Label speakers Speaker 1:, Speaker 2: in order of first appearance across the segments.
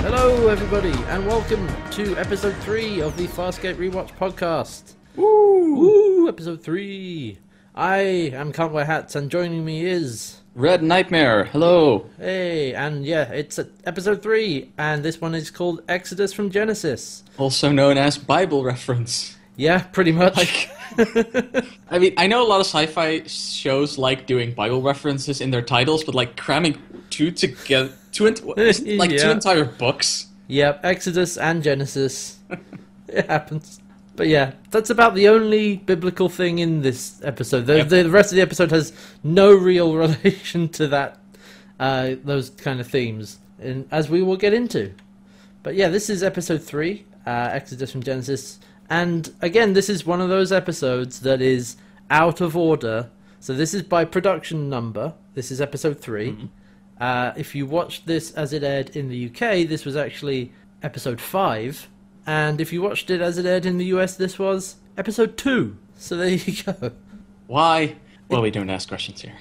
Speaker 1: Hello, everybody, and welcome to episode three of the Fastgate Rewatch podcast. Woo! Episode three. I am Can't Wear Hats, and joining me is
Speaker 2: Red Nightmare. Hello.
Speaker 1: hey, and yeah, it's uh episode three, and this one is called Exodus from Genesis.
Speaker 2: Also known as Bible reference.
Speaker 1: Yeah, pretty much.
Speaker 2: Like, I mean, I know a lot of sci-fi shows like doing Bible references in their titles, but like cramming two together, two ent- what, isn't it like two
Speaker 1: Yeah.
Speaker 2: entire books.
Speaker 1: Yep, Exodus and Genesis. it happens. But yeah, that's about the only biblical thing in this episode. The,
Speaker 2: Yep.
Speaker 1: the rest of the episode has no real relation to that, uh, those kind of themes, and as we will get into. But yeah, this is episode three, uh, Exodus from Genesis, and again, this is one of those episodes that is out of order. So this is by production number. This is episode 3 Uh, if you watched this as it aired in the UK, this was actually episode five, and if you watched it as it aired in the US, this was episode two. So there you go.
Speaker 2: Why? Well, we don't ask questions here.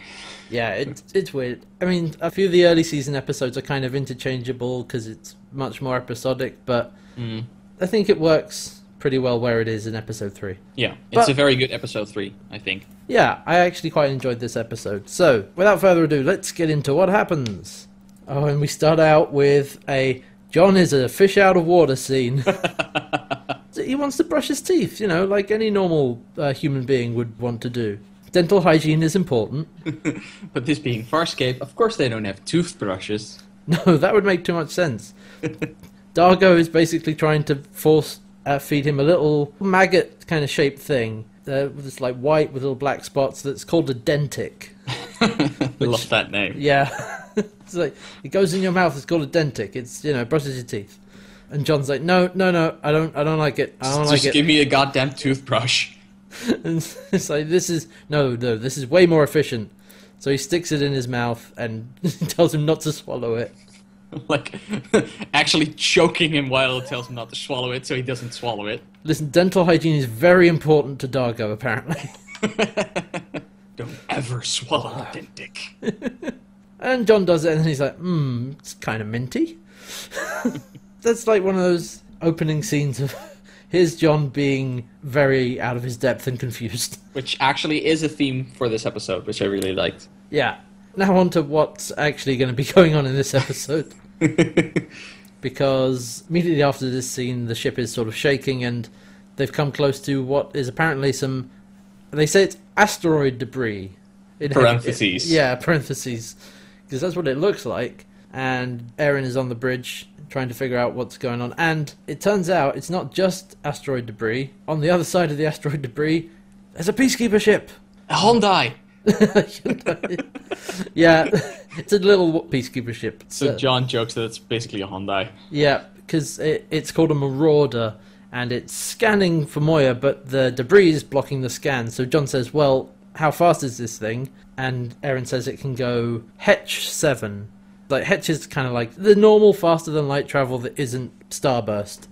Speaker 1: Yeah, it's it's weird. I mean, a few of the early season episodes are kind of interchangeable because it's much more episodic, but I think it works pretty well where it is in episode three.
Speaker 2: Yeah, it's
Speaker 1: But-
Speaker 2: a very good episode three, I think.
Speaker 1: Yeah, I actually quite enjoyed this episode. So, without further ado, let's get into what happens. Oh, and we start out with a John is a fish out of water scene. So he wants to brush his teeth, you know, like any normal uh, human being would want to do. Dental hygiene is important.
Speaker 2: But this being Farscape, of course they don't have toothbrushes.
Speaker 1: No, that would make too much sense. Dargo is basically trying to force uh, feed him a little maggot kind of shaped thing. Uh, it's like white with little black spots. That's called a dentic.
Speaker 2: Love that name.
Speaker 1: Yeah, it's like it goes in your mouth. It's called a dentic. It's you know brushes your teeth. And John's like, no, no, no, I don't, I don't like it. I don't
Speaker 2: Just
Speaker 1: like it.
Speaker 2: give me a goddamn toothbrush.
Speaker 1: And it's like this is no, no, this is way more efficient. So he sticks it in his mouth and tells him not to swallow it.
Speaker 2: like actually choking him while it tells him not to swallow it, so he doesn't swallow it.
Speaker 1: Listen, dental hygiene is very important to Dargo apparently.
Speaker 2: Don't ever swallow a dick.
Speaker 1: And John does it, and he's like, hmm, it's kind of minty. That's like one of those opening scenes of here's John being very out of his depth and confused.
Speaker 2: Which actually is a theme for this episode, which I really liked.
Speaker 1: Yeah. Now on to what's actually going to be going on in this episode. because immediately after this scene, the ship is sort of shaking, and they've come close to what is apparently some. They say it's asteroid debris. In heavy-
Speaker 2: Parentheses.
Speaker 1: yeah, parentheses. Because that's what it looks like. And Aaron is on the bridge trying to figure out what's going on. And it turns out it's not just asteroid debris. On the other side of the asteroid debris, there's a peacekeeper ship.
Speaker 2: A Hyundai!
Speaker 1: yeah, it's a little peacekeeper ship.
Speaker 2: So
Speaker 1: Uh,
Speaker 2: John jokes that it's basically a Hyundai.
Speaker 1: yeah, because it, it's called a marauder, and it's scanning for Moya, but the debris is blocking the scan. So John says, "Well, how fast is this thing?" And Aaron says it can go Hetch seven. Like Hetch is kind of like the normal faster than light travel that isn't starburst.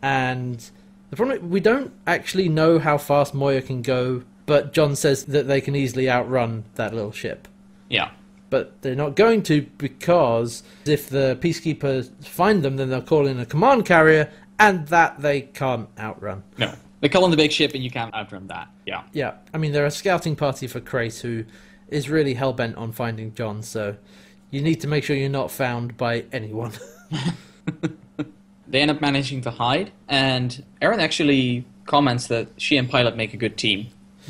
Speaker 1: And the problem we don't actually know how fast Moya can go, but John says that they can easily outrun that little ship
Speaker 2: Yeah.
Speaker 1: but they're not going to because if the peacekeepers find them, then they'll call in a command carrier, and that they can't outrun.
Speaker 2: No. They call on the big ship and you can't outrun that. Yeah.
Speaker 1: Yeah, I mean they're a scouting party for Krace, who is really hell bent on finding John. So you need to make sure you're not found by anyone.
Speaker 2: They end up managing to hide, and Erin actually comments that she and Pilot make a good team,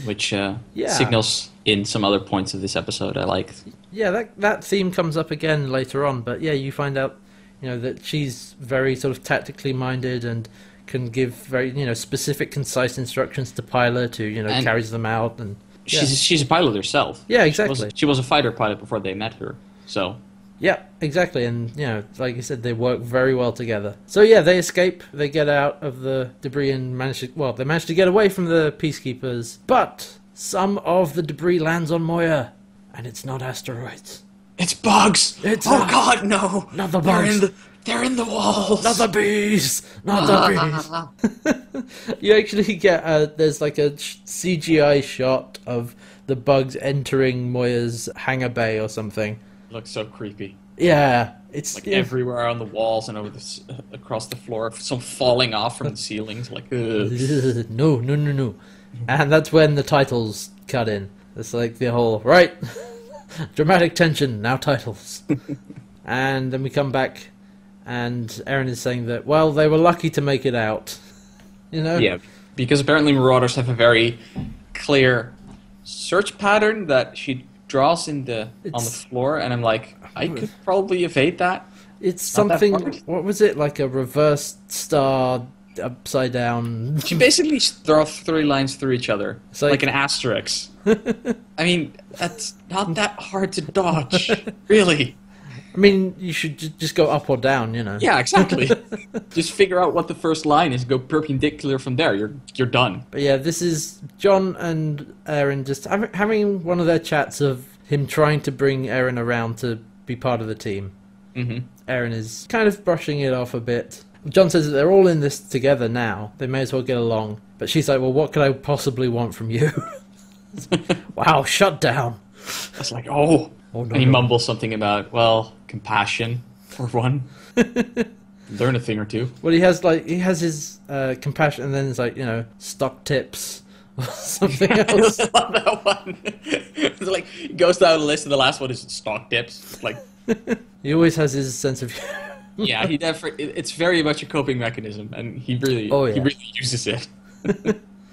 Speaker 2: which uh,
Speaker 1: Yeah.
Speaker 2: signals in some other points of this episode I liked.
Speaker 1: yeah, that that theme comes up again later on, but yeah, you find out, you know, that she's very sort of tactically minded and can give very you know specific, concise instructions to Pilot, who you know
Speaker 2: And-
Speaker 1: carries them out and. yeah.
Speaker 2: She's, she's a pilot herself.
Speaker 1: Yeah,
Speaker 2: She was-
Speaker 1: exactly.
Speaker 2: she was a fighter pilot before they met her, so
Speaker 1: Yeah, exactly. And, you know, like you said, they work very well together. So, yeah, they escape. They get out of the debris and manage to, well, they manage to get away from the peacekeepers. But some of the debris lands on Moya, and it's not asteroids.
Speaker 2: It's bugs.
Speaker 1: It's
Speaker 2: oh
Speaker 1: bugs.
Speaker 2: God, no!
Speaker 1: Not the
Speaker 2: They're
Speaker 1: bugs.
Speaker 2: in the, They're in the walls.
Speaker 1: Not the bees! Not the bees! you actually get a, there's like a sh- CGI shot of the bugs entering Moya's hangar bay or something.
Speaker 2: Looks so creepy.
Speaker 1: Yeah, it's
Speaker 2: Like
Speaker 1: yeah.
Speaker 2: everywhere on the walls and over the, s- uh, across the floor, some falling off from the ceilings. Like, ugh.
Speaker 1: no, no, no, no. And that's when the titles cut in. It's like the whole right dramatic tension now titles. and then we come back, and Aaron is saying that well they were lucky to make it out, you know.
Speaker 2: Yeah, because apparently marauders have a very clear search pattern that she draws in the on the
Speaker 1: It's-
Speaker 2: floor, and I'm like, I could probably evade that.
Speaker 1: It's
Speaker 2: Not that
Speaker 1: something.
Speaker 2: hard.
Speaker 1: What was it like a reverse star upside down?
Speaker 2: She basically s- throw three lines through each other,
Speaker 1: It's
Speaker 2: like,
Speaker 1: like-
Speaker 2: an asterisk. I mean, that's not that hard to dodge, really.
Speaker 1: I mean, you should ju- just go up or down, you know.
Speaker 2: Yeah, exactly. Just figure out what the first line is, go perpendicular from there. You're you're done.
Speaker 1: But yeah, this is John and Aaron just hav- having one of their chats of him trying to bring Aaron around to be part of the team.
Speaker 2: hmm
Speaker 1: Aaron is kind of brushing it off a bit. John says that they're all in this together now. They may as well get along. But she's like, "Well, what could I possibly want from you?" wow, shut down.
Speaker 2: It's like, oh,
Speaker 1: Oh, no,
Speaker 2: and he
Speaker 1: no.
Speaker 2: mumbles something about well, compassion for one. Learn a thing or two.
Speaker 1: Well, he has like he has his uh, compassion, and then it's like you know stock tips or something
Speaker 2: I
Speaker 1: else.
Speaker 2: just love that one. it's like he goes down the list, and the last one is stock dips. Like,
Speaker 1: he always has his sense of humor.
Speaker 2: yeah, he definitely. it- It's very much a coping mechanism, and he really,
Speaker 1: Oh,
Speaker 2: he
Speaker 1: yeah.
Speaker 2: really uses it.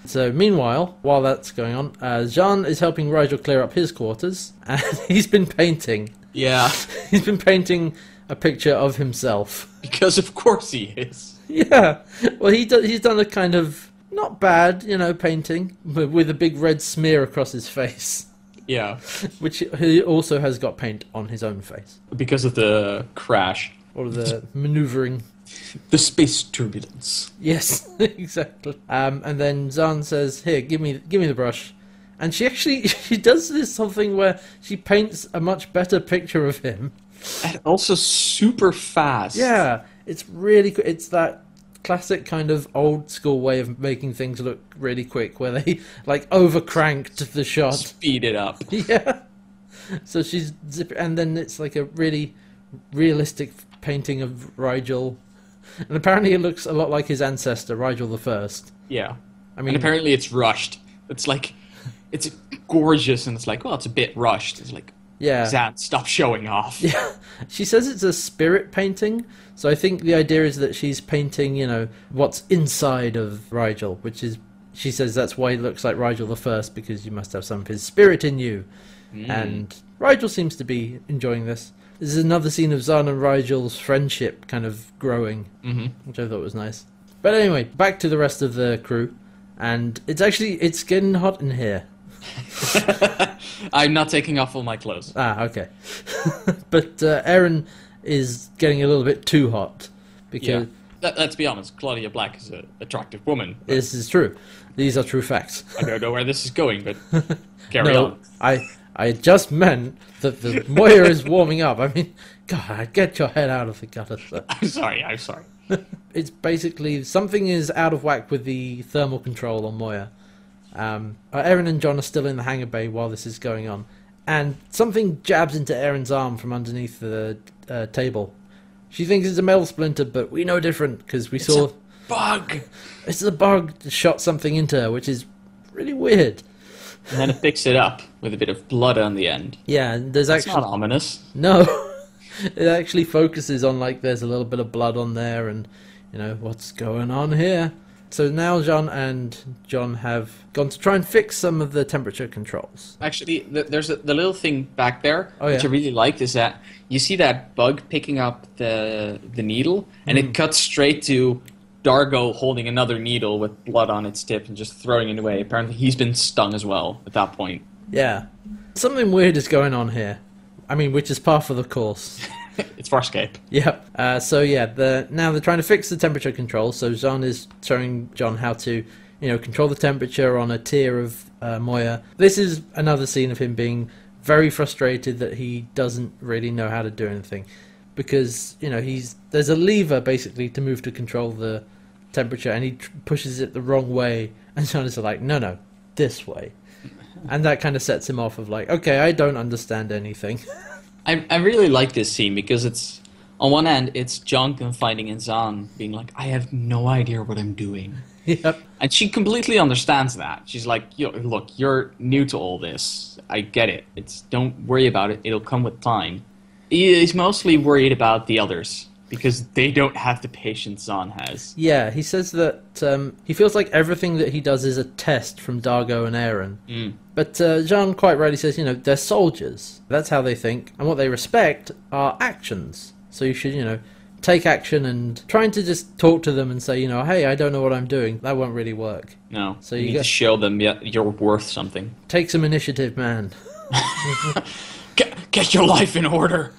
Speaker 1: So, meanwhile, while that's going on, uh, Jean is helping Rigel clear up his quarters, and he's been painting.
Speaker 2: Yeah,
Speaker 1: He's been painting a picture of himself.
Speaker 2: because of course he is.
Speaker 1: Yeah. Well, he do- he's done a kind of not bad, you know, painting but with a big red smear across his face,
Speaker 2: Yeah,
Speaker 1: which he also has got paint on his own face.
Speaker 2: because of the crash,
Speaker 1: All of the maneuvering
Speaker 2: the space turbulence.
Speaker 1: Yes, exactly. Um, and then Zahn says, "Here, give me, give me the brush," and she actually she does this something where she paints a much better picture of him.
Speaker 2: And also super fast.
Speaker 1: Yeah, it's really qu- it's that classic kind of old school way of making things look really quick, where they like over cranked the shot.
Speaker 2: Speed it up.
Speaker 1: yeah. So she's zip, and then it's like a really realistic painting of Rigel, and apparently it looks a lot like his ancestor, Rigel the First.
Speaker 2: Yeah.
Speaker 1: I
Speaker 2: And
Speaker 1: mean,
Speaker 2: apparently it's rushed. It's like, it's gorgeous, and it's like, well, it's a bit rushed. It's like,
Speaker 1: yeah.
Speaker 2: Zan, stop showing off.
Speaker 1: Yeah, she says it's a spirit painting. So I think the idea is that she's painting, you know, what's inside of Rigel, which is she says that's why he looks like Rigel the First because you must have some of his spirit in you. And Rigel seems to be enjoying this. This is another scene of Zahn and Rigel's friendship kind of growing,
Speaker 2: Mhm.
Speaker 1: which I thought was nice. But anyway, back to the rest of the crew, and it's actually it's getting hot in here.
Speaker 2: I'm not taking off all my clothes.
Speaker 1: Ah, okay. but uh, Aaron is getting a little bit too hot
Speaker 2: Yeah.
Speaker 1: because
Speaker 2: Let, let's be honest, Claudia Black is an attractive woman.
Speaker 1: this is true. These are true facts.
Speaker 2: I don't know where this is going, but carry on.
Speaker 1: I I just meant that the Moira is warming up. I mean, God, get your head out of the gutter. Sir.
Speaker 2: I'm sorry, I'm sorry.
Speaker 1: It's basically something is out of whack with the thermal control on Moira. Um, uh, Aaron and John are still in the hangar bay while this is going on, and something jabs into Aaron's arm from underneath the uh, table. She thinks it's a metal splinter, but we know different because we saw
Speaker 2: Bug!
Speaker 1: it's a bug that shot something into her, which is really weird.
Speaker 2: And then it picks it up with a bit of blood on the end.
Speaker 1: Yeah, and there's
Speaker 2: That's
Speaker 1: actually
Speaker 2: not ominous.
Speaker 1: no. it actually focuses on like there's a little bit of blood on there, and you know what's going on here. So now Jean and John have gone to try and fix some of the temperature controls.
Speaker 2: Actually, th- there's a, the little thing back there
Speaker 1: Oh, yeah.
Speaker 2: which I really liked is that you see that bug picking up the the needle, and
Speaker 1: Hmm.
Speaker 2: it cuts straight to Dargo holding another needle with blood on its tip and just throwing it away. Apparently, he's been stung as well at that point.
Speaker 1: Yeah, something weird is going on here. I mean, which is par for the course.
Speaker 2: it's Farscape.
Speaker 1: Yep. Uh, so yeah, the now they're trying to fix the temperature control. So Jean is showing John how to, you know, control the temperature on a tier of uh, Moya. This is another scene of him being very frustrated that he doesn't really know how to do anything. because you know he's there's a lever basically to move to control the temperature, and he tr- pushes it the wrong way, and China's like, no, no, this way, and that kind of sets him off of like, okay, I don't understand anything.
Speaker 2: I, I really like this scene because it's on one hand it's John confiding in Zan, being like, "I have no idea what I'm doing,"
Speaker 1: yep.
Speaker 2: and she completely understands that. She's like, "Yo, look, you're new to all this. I get it. It's don't worry about it. It'll come with time." He- He's mostly worried about the others because they don't have the patience Zan has.
Speaker 1: Yeah, he says that um, he feels like everything that he does is a test from Dargo and Aaron.
Speaker 2: Mm.
Speaker 1: But uh, Jean quite rightly says, you know, they're soldiers. That's how they think. And what they respect are actions. So you should, you know, take action and trying to just talk to them and say, you know, hey, I don't know what I'm doing. That won't really work.
Speaker 2: No,
Speaker 1: So
Speaker 2: so you,
Speaker 1: you
Speaker 2: need
Speaker 1: get-
Speaker 2: to show them yeah, you're worth something.
Speaker 1: Take some initiative, man.
Speaker 2: Get, get your life in order.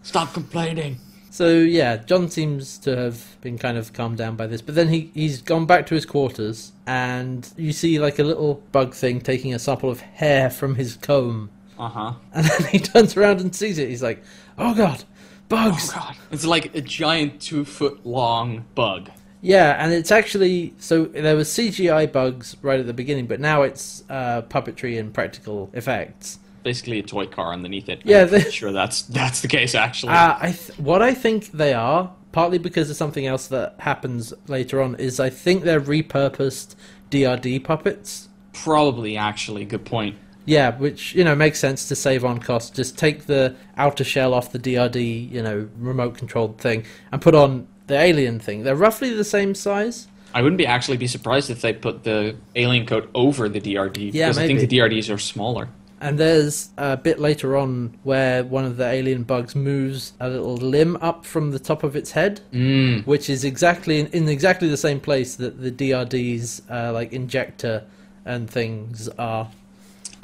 Speaker 2: Stop complaining.
Speaker 1: So yeah, John seems to have been kind of calmed down by this, but then he he's gone back to his quarters, and you see like a little bug thing taking a sample of hair from his comb,
Speaker 2: Uh huh.
Speaker 1: and then he turns around and sees it. He's like, "Oh god, bugs!"
Speaker 2: Oh god. It's like a giant two foot long bug.
Speaker 1: Yeah, and it's actually so there was CGI bugs right at the beginning, but now it's uh, puppetry and practical effects.
Speaker 2: Basically a toy car underneath it.
Speaker 1: Yeah,
Speaker 2: I'm
Speaker 1: they-
Speaker 2: pretty sure that's that's the case actually.
Speaker 1: Uh, I th- what I think they are, partly because of something else that happens later on, is I think they're repurposed DRD puppets.
Speaker 2: Probably actually, good point.
Speaker 1: Yeah, which you know makes sense to save on cost. Just take the outer shell off the DRD, you know, remote controlled thing, and put on the alien thing. They're roughly the same size.
Speaker 2: I wouldn't be actually be surprised if they put the alien coat over the DRD
Speaker 1: Yeah,
Speaker 2: because I
Speaker 1: maybe.
Speaker 2: think the DRDs are smaller.
Speaker 1: And there's a bit later on where one of the alien bugs moves a little limb up from the top of its head,
Speaker 2: Mm.
Speaker 1: which is exactly in, in exactly the same place that the DRD's uh, like injector and things are.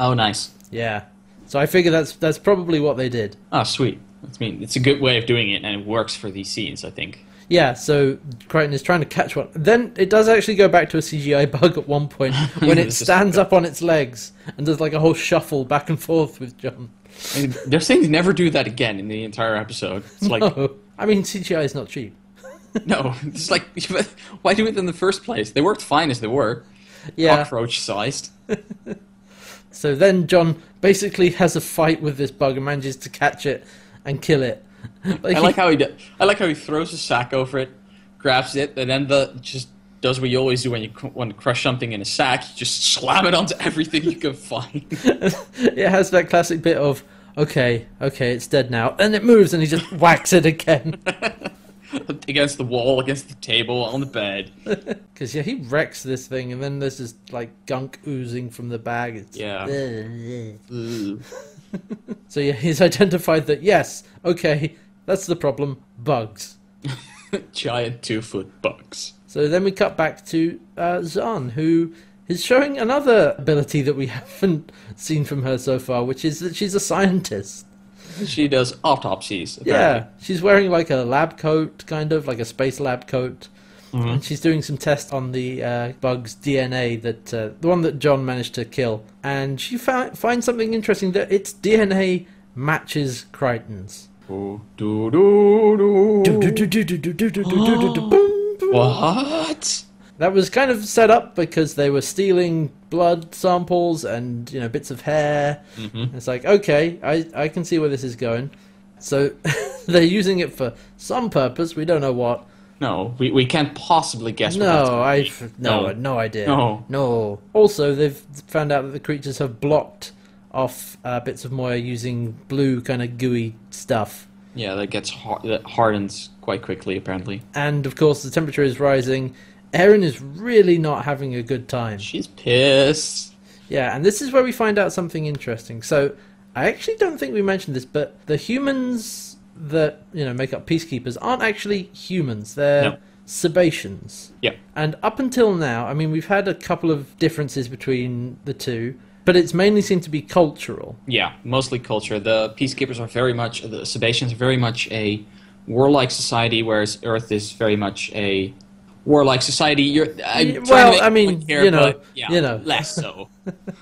Speaker 2: Oh nice.
Speaker 1: Yeah. So I figure that's that's probably what they did.
Speaker 2: Oh sweet. That's mean it's a good way of doing it and it works for these scenes, I think.
Speaker 1: Yeah, so Crichton is trying to catch one. Then it does actually go back to a CGI bug at one point when it
Speaker 2: It's just-
Speaker 1: stands up on its legs and does like a whole shuffle back and forth with John.
Speaker 2: And they're saying they never do that again in the entire episode. It's like
Speaker 1: No. I mean, CGI is not cheap.
Speaker 2: no, it's like why do it in the first place? They worked fine as they were.
Speaker 1: Yeah.
Speaker 2: Cockroach sized.
Speaker 1: So then John basically has a fight with this bug and manages to catch it and kill it. Like,
Speaker 2: I like
Speaker 1: he-
Speaker 2: how he. Do- I like how he throws his sack over it, grabs it, and then the just does what you always do when you cr- want to crush something in a sack. You just slam it onto everything you can find.
Speaker 1: it has that classic bit of okay, okay, it's dead now, and it moves and he just whacks it again.
Speaker 2: against the wall, against the table, on the bed.
Speaker 1: Because yeah, he wrecks this thing, and then there's just like gunk oozing from the bag. It's,
Speaker 2: Yeah. Ooh.
Speaker 1: So yeah, he's identified that yes, okay, that's the problem, bugs.
Speaker 2: Giant two foot bugs.
Speaker 1: So then we cut back to uh, Zahn, who is showing another ability that we haven't seen from her so far, which is that she's a scientist.
Speaker 2: She does autopsies.
Speaker 1: Yeah,
Speaker 2: Apparently.
Speaker 1: she's wearing like a lab coat, kind of like a space lab coat, and she's doing some tests on the uh, bug's DNA that uh, the one that John managed to kill, and she found, finds something interesting that its DNA matches Crichton's.
Speaker 2: Ooh. Oh, Do, do, do. What?
Speaker 1: That was kind of set up because they were stealing blood samples and you know bits of hair.
Speaker 2: Mhm.
Speaker 1: It's like okay, I I can see where this is going. So they're using it for some purpose. We don't know what.
Speaker 2: No, we, we can't possibly guess. what that's
Speaker 1: No,
Speaker 2: gonna
Speaker 1: I
Speaker 2: be.
Speaker 1: no no idea.
Speaker 2: No.
Speaker 1: no. Also, they've found out that the creatures have blocked off uh, bits of Moya using blue kind of gooey stuff.
Speaker 2: Yeah, that gets hard, that hardens quite quickly. Apparently,
Speaker 1: And of course, the temperature is rising. Erin is really not having a good time.
Speaker 2: she's pissed.
Speaker 1: Yeah, and this is where we find out something interesting. So, I actually don't think we mentioned this, but the humans that you know make up peacekeepers aren't actually humans; they're
Speaker 2: No.
Speaker 1: Sebaceans.
Speaker 2: Yeah.
Speaker 1: And up until now, I mean, we've had a couple of differences between the two, but it's mainly seemed to be cultural.
Speaker 2: Yeah, mostly culture. The peacekeepers are very much the Sebastians are very much a warlike society, whereas Earth is very much a warlike society. You're I'm
Speaker 1: Y-
Speaker 2: trying to
Speaker 1: well,
Speaker 2: make
Speaker 1: I mean,
Speaker 2: everyone care,
Speaker 1: you know,
Speaker 2: but, yeah,
Speaker 1: you know.
Speaker 2: less so.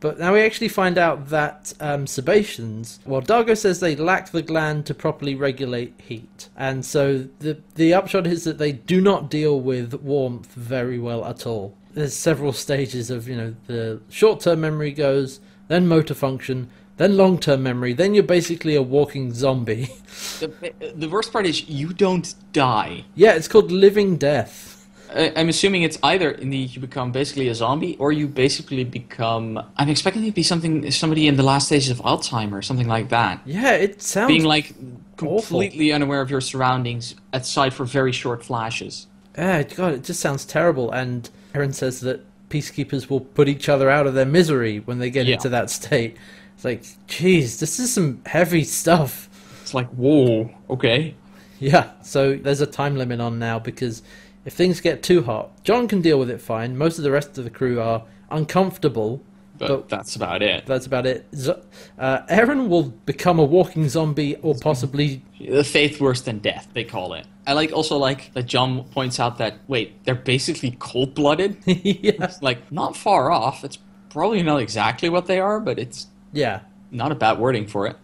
Speaker 1: But now we actually find out that um, Sebaceans, well, Dargo says they lack the gland to properly regulate heat. And so the, the upshot is that they do not deal with warmth very well at all. There's several stages of, you know, the short term memory goes, then motor function, then long term memory, then you're basically a walking zombie.
Speaker 2: the, the worst part is you don't die.
Speaker 1: yeah, it's called living death.
Speaker 2: I, I'm assuming it's either in the you become basically a zombie or you basically become. I'm expecting it to be something somebody in the last stages of Alzheimer, something like that,
Speaker 1: Yeah, it sounds.
Speaker 2: being like completely unaware of your surroundings, aside for very short flashes.
Speaker 1: Yeah, God, it just sounds terrible. And Aaron says that peacekeepers will put each other out of their misery when they get
Speaker 2: Yeah.
Speaker 1: into that state. It's like, geez, this is some heavy stuff.
Speaker 2: It's like whoa, okay.
Speaker 1: Yeah, so there's a time limit on now because if things get too hot, John can deal with it fine. Most of the rest of the crew are uncomfortable,
Speaker 2: But
Speaker 1: but
Speaker 2: that's about it.
Speaker 1: that's about it. Zo- Uh, Aaron will become a walking zombie or possibly.
Speaker 2: The faith worse than death, they call it. I like also like that John points out that wait, they're basically cold blooded.
Speaker 1: yeah.
Speaker 2: It's like not far off. It's probably not exactly what they are, but it's
Speaker 1: yeah.
Speaker 2: not a bad wording for it.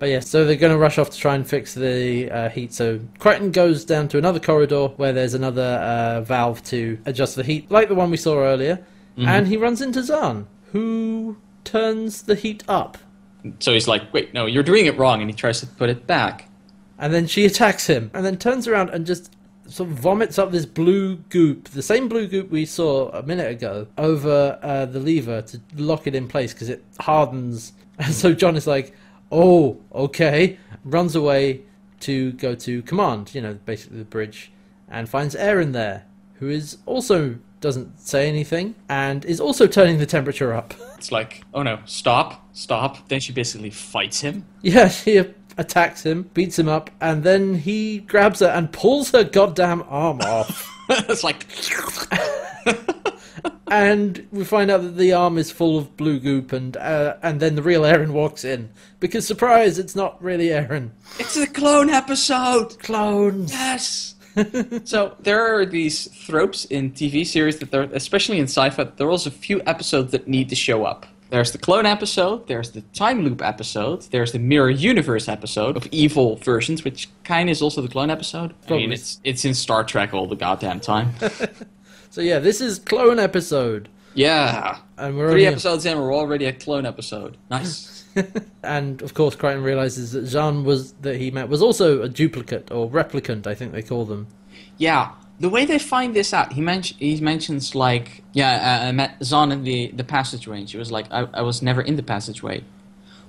Speaker 1: But yeah, so they're going to rush off to try and fix the uh, heat. So Crichton goes down to another corridor where there's another uh, valve to adjust the heat, like the one we saw earlier. And he runs into Zahn, who turns the heat up.
Speaker 2: So he's like, wait, no, you're doing it wrong, and he tries to put it back.
Speaker 1: And then she attacks him, and then turns around and just sort of vomits up this blue goop, the same blue goop we saw a minute ago, over uh, the lever to lock it in place because it hardens. And so John is like, oh, okay. Runs away to go to command, you know, basically the bridge, and finds Aaron there, who is also doesn't say anything and is also turning the temperature up.
Speaker 2: It's like, oh no, stop, stop. Then she basically fights him.
Speaker 1: Yeah, she attacks him, beats him up, and then he grabs her and pulls her goddamn arm off.
Speaker 2: it's like,
Speaker 1: and we find out that the arm is full of blue goop, and uh, and then the real Aaron walks in because surprise, it's not really Aaron.
Speaker 2: it's a clone episode.
Speaker 1: Clones.
Speaker 2: Yes. so there are these tropes in TV series that they're especially in sci-fi. There are also a few episodes that need to show up. There's the clone episode. There's the time loop episode. There's the mirror universe episode of evil versions, which kind of is also the clone episode. I
Speaker 1: Probably.
Speaker 2: mean, it's it's in Star Trek all the goddamn time.
Speaker 1: So yeah, this is clone episode,
Speaker 2: yeah,
Speaker 1: and we're
Speaker 2: three
Speaker 1: only,
Speaker 2: episodes in, we're already a clone episode. Nice.
Speaker 1: and of course Crichton realizes that Jean was that he met was also a duplicate or replicant, I think they call them.
Speaker 2: Yeah, the way they find this out, he, men- he mentions like, yeah, uh, I met Zahn in the, the passageway, and she was like, I, I was never in the passageway.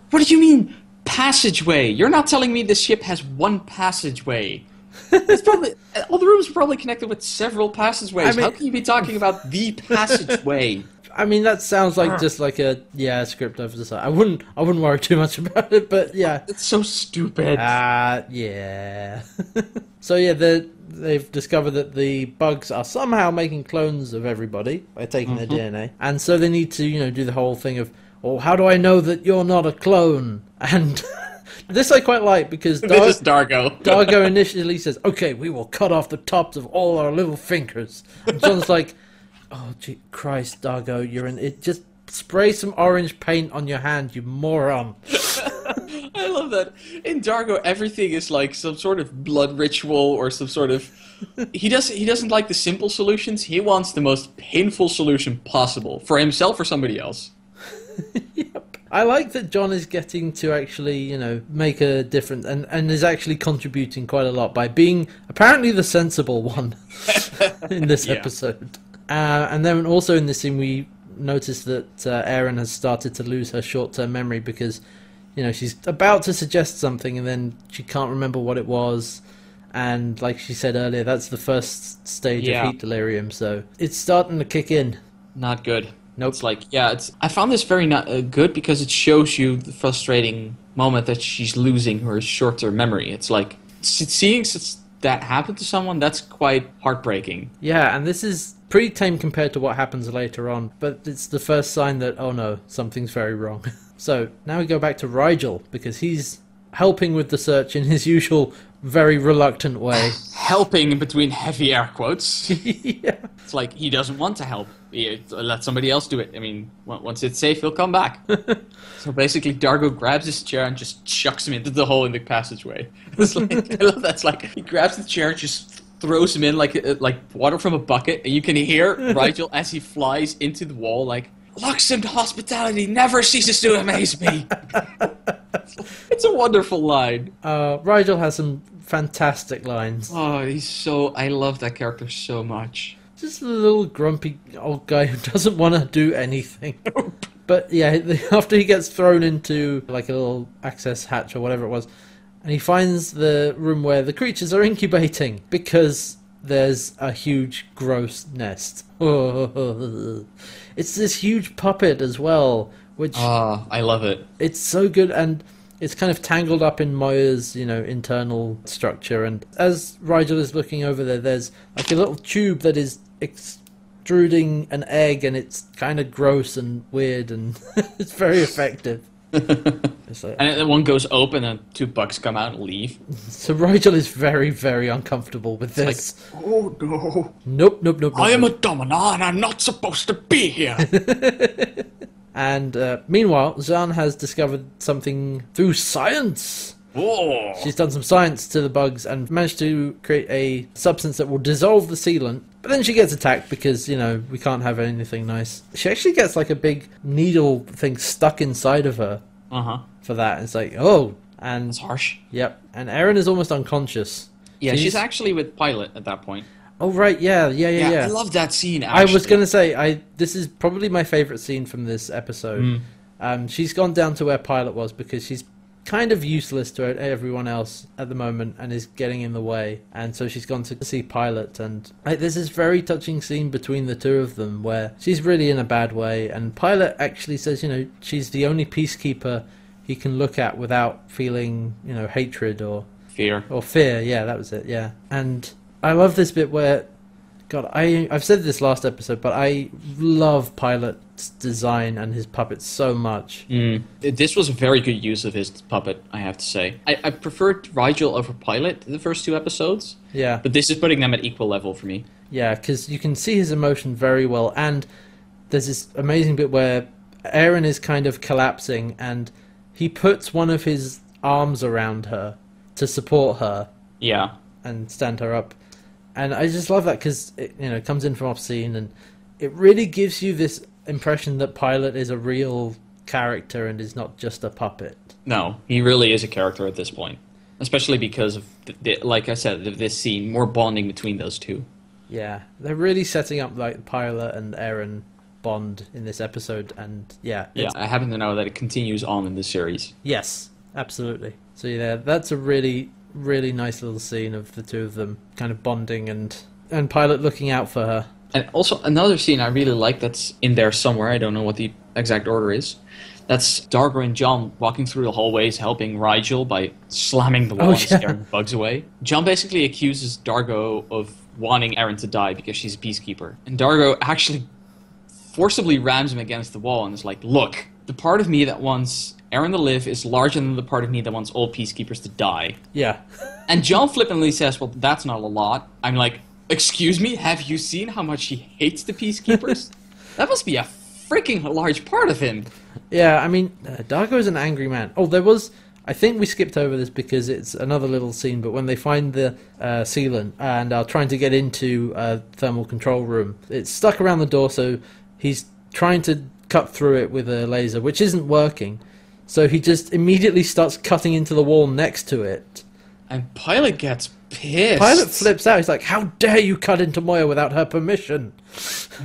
Speaker 2: What do you mean passageway? You're not telling me this ship has one passageway. it's probably all the rooms are probably connected with several passageways.
Speaker 1: I mean-
Speaker 2: How can you be talking about the passageway?
Speaker 1: I mean, that sounds like just like a yeah script over the side. I wouldn't I wouldn't worry too much about it, but yeah.
Speaker 2: It's so stupid.
Speaker 1: Uh, yeah. so yeah, the, they've discovered that the bugs are somehow making clones of everybody by taking their DNA, and so they need to you know do the whole thing of, oh, how do I know that you're not a clone? And this I quite like because
Speaker 2: this
Speaker 1: Dar-
Speaker 2: is Dargo.
Speaker 1: Dargo initially says, okay, we will cut off the tops of all our little fingers. And John's like, oh, gee, Christ, Dargo, you're in it. Just spray some orange paint on your hand, you moron.
Speaker 2: I love that. In Dargo, everything is like some sort of blood ritual or some sort of. He does. He doesn't like the simple solutions. He wants the most painful solution possible for himself or somebody else.
Speaker 1: I like that John is getting to actually, you know, make a difference and, and is actually contributing quite a lot by being apparently the sensible one in this
Speaker 2: Yeah.
Speaker 1: episode. Uh, and then also in this scene, we notice that uh, Erin has started to lose her short term memory because, you know, she's about to suggest something and then she can't remember what it was. And like she said earlier, that's the first stage
Speaker 2: Yeah.
Speaker 1: of heat delirium, so it's starting to kick in.
Speaker 2: Not good.
Speaker 1: Nope.
Speaker 2: It's like yeah. It's. I found this very not uh, good because it shows you the frustrating moment that she's losing her short-term memory. It's like s- seeing s- that happen to someone. That's quite heartbreaking.
Speaker 1: Yeah, and this is pretty tame compared to what happens later on, but it's the first sign that, oh no, something's very wrong. so now we go back to Rigel, because he's helping with the search in his usual very reluctant way.
Speaker 2: helping in between heavy air quotes.
Speaker 1: yeah.
Speaker 2: It's like he doesn't want to help. He, let somebody else do it. I mean, on- once it's safe, he'll come back. so basically, Dargo grabs his chair and just chucks him into the hole in the passageway. It's like, I love that. It's like he grabs the chair and just throws him in like uh, like water from a bucket. And you can hear Rigel as he flies into the wall, like Luxembourg hospitality never ceases to amaze me. it's a wonderful line.
Speaker 1: Uh, Rigel has some fantastic lines.
Speaker 2: Oh, he's so. I love that character so much.
Speaker 1: Just a little grumpy old guy who doesn't want to do anything. But yeah, the- after he gets thrown into like a little access hatch or whatever it was, and he finds the room where the creatures are incubating because there's a huge gross nest. it's this huge puppet as well, which
Speaker 2: Ah, I love it.
Speaker 1: it's so good and it's kind of tangled up in Moya's, you know, internal structure. And as Rigel is looking over there, there's like a little tube that is extruding an egg, and it's kind of gross and weird, and it's very effective. It's like-
Speaker 2: And then one goes open and two bugs come out and leave.
Speaker 1: so Rigel is very, very uncomfortable with this.
Speaker 2: Oh no.
Speaker 1: nope, nope, nope. nope, nope.
Speaker 2: domina and I'm not supposed to be here.
Speaker 1: and uh, meanwhile, Zan has discovered something through science.
Speaker 2: oh.
Speaker 1: She's done some science to the bugs and managed to create a substance that will dissolve the sealant. But then she gets attacked because, you know, we can't have anything nice. She actually gets like a big needle thing stuck inside of her
Speaker 2: Uh-huh.
Speaker 1: for that. It's like, oh. And,
Speaker 2: That's harsh.
Speaker 1: yep. And Erin is almost unconscious.
Speaker 2: Yeah, she's,
Speaker 1: She's-
Speaker 2: actually with Pilot at that point.
Speaker 1: Oh, right. Yeah. Yeah. Yeah. Yeah.
Speaker 2: I love that scene
Speaker 1: I
Speaker 2: actually.
Speaker 1: was going to say, I this is probably my favorite scene from this episode.
Speaker 2: Mm.
Speaker 1: Um, she's gone down to where Pilot was because she's kind of useless to everyone else at the moment and is getting in the way. And so she's gone to see Pilot, and like, there's this very touching scene between the two of them where she's really in a bad way, and Pilot actually says, you know, she's the only peacekeeper he can look at without feeling, you know, hatred or
Speaker 2: Fear.
Speaker 1: or fear yeah that was it yeah and i love this bit where god i i've said this last episode but i love pilot's design and his puppets so much
Speaker 2: Mm. This was a very good use of his puppet, I have to say. I, I preferred Rigel over Pilot in the first two episodes,
Speaker 1: yeah
Speaker 2: but this is putting them at equal level for me.
Speaker 1: yeah because you can see his emotion very well and there's this amazing bit where aaron is kind of collapsing and he puts one of his arms around her to support her
Speaker 2: Yeah.
Speaker 1: and stand her up. And I just love that because it you know comes in from off scene and it really gives you this impression that Pilot is a real character and is not just a puppet.
Speaker 2: No, he really is a character at this point, especially because of, the, the, like I said, of this scene, more bonding between those two.
Speaker 1: Yeah, they're really setting up like Pilot and Aaron bond in this episode, and yeah,
Speaker 2: Yeah,
Speaker 1: it's-
Speaker 2: I happen to know that it continues on in the series.
Speaker 1: yes, absolutely. So yeah, that's a really really nice little scene of the two of them kind of bonding and and Pilot looking out for her.
Speaker 2: And also another scene I really like that's in there somewhere. I don't know what the exact order is. That's Dargo and John walking through the hallways, helping Rigel by slamming the
Speaker 1: Oh,
Speaker 2: wall and
Speaker 1: yeah.
Speaker 2: scaring bugs away. John basically accuses Dargo of wanting Aaron to die because she's a peacekeeper, and Dargo actually forcibly rams him against the wall and is like, "Look, the part of me that wants Aaron to live is larger than the part of me that wants all peacekeepers to die."
Speaker 1: Yeah,
Speaker 2: And John flippantly says, "Well, that's not a lot." I'm like, "Excuse me, have you seen how much he hates the peacekeepers? that must be a freaking large part of him."
Speaker 1: Yeah, I mean, uh, Dargo is an angry man. Oh, there was. I think we skipped over this because it's another little scene, but when they find the uh, sealant and are trying to get into a thermal control room, it's stuck around the door, so he's trying to cut through it with a laser, which isn't working. So he just immediately starts cutting into the wall next to it.
Speaker 2: And Pilot gets pissed.
Speaker 1: Pilot flips out. He's like, How dare you cut into Moya without her permission?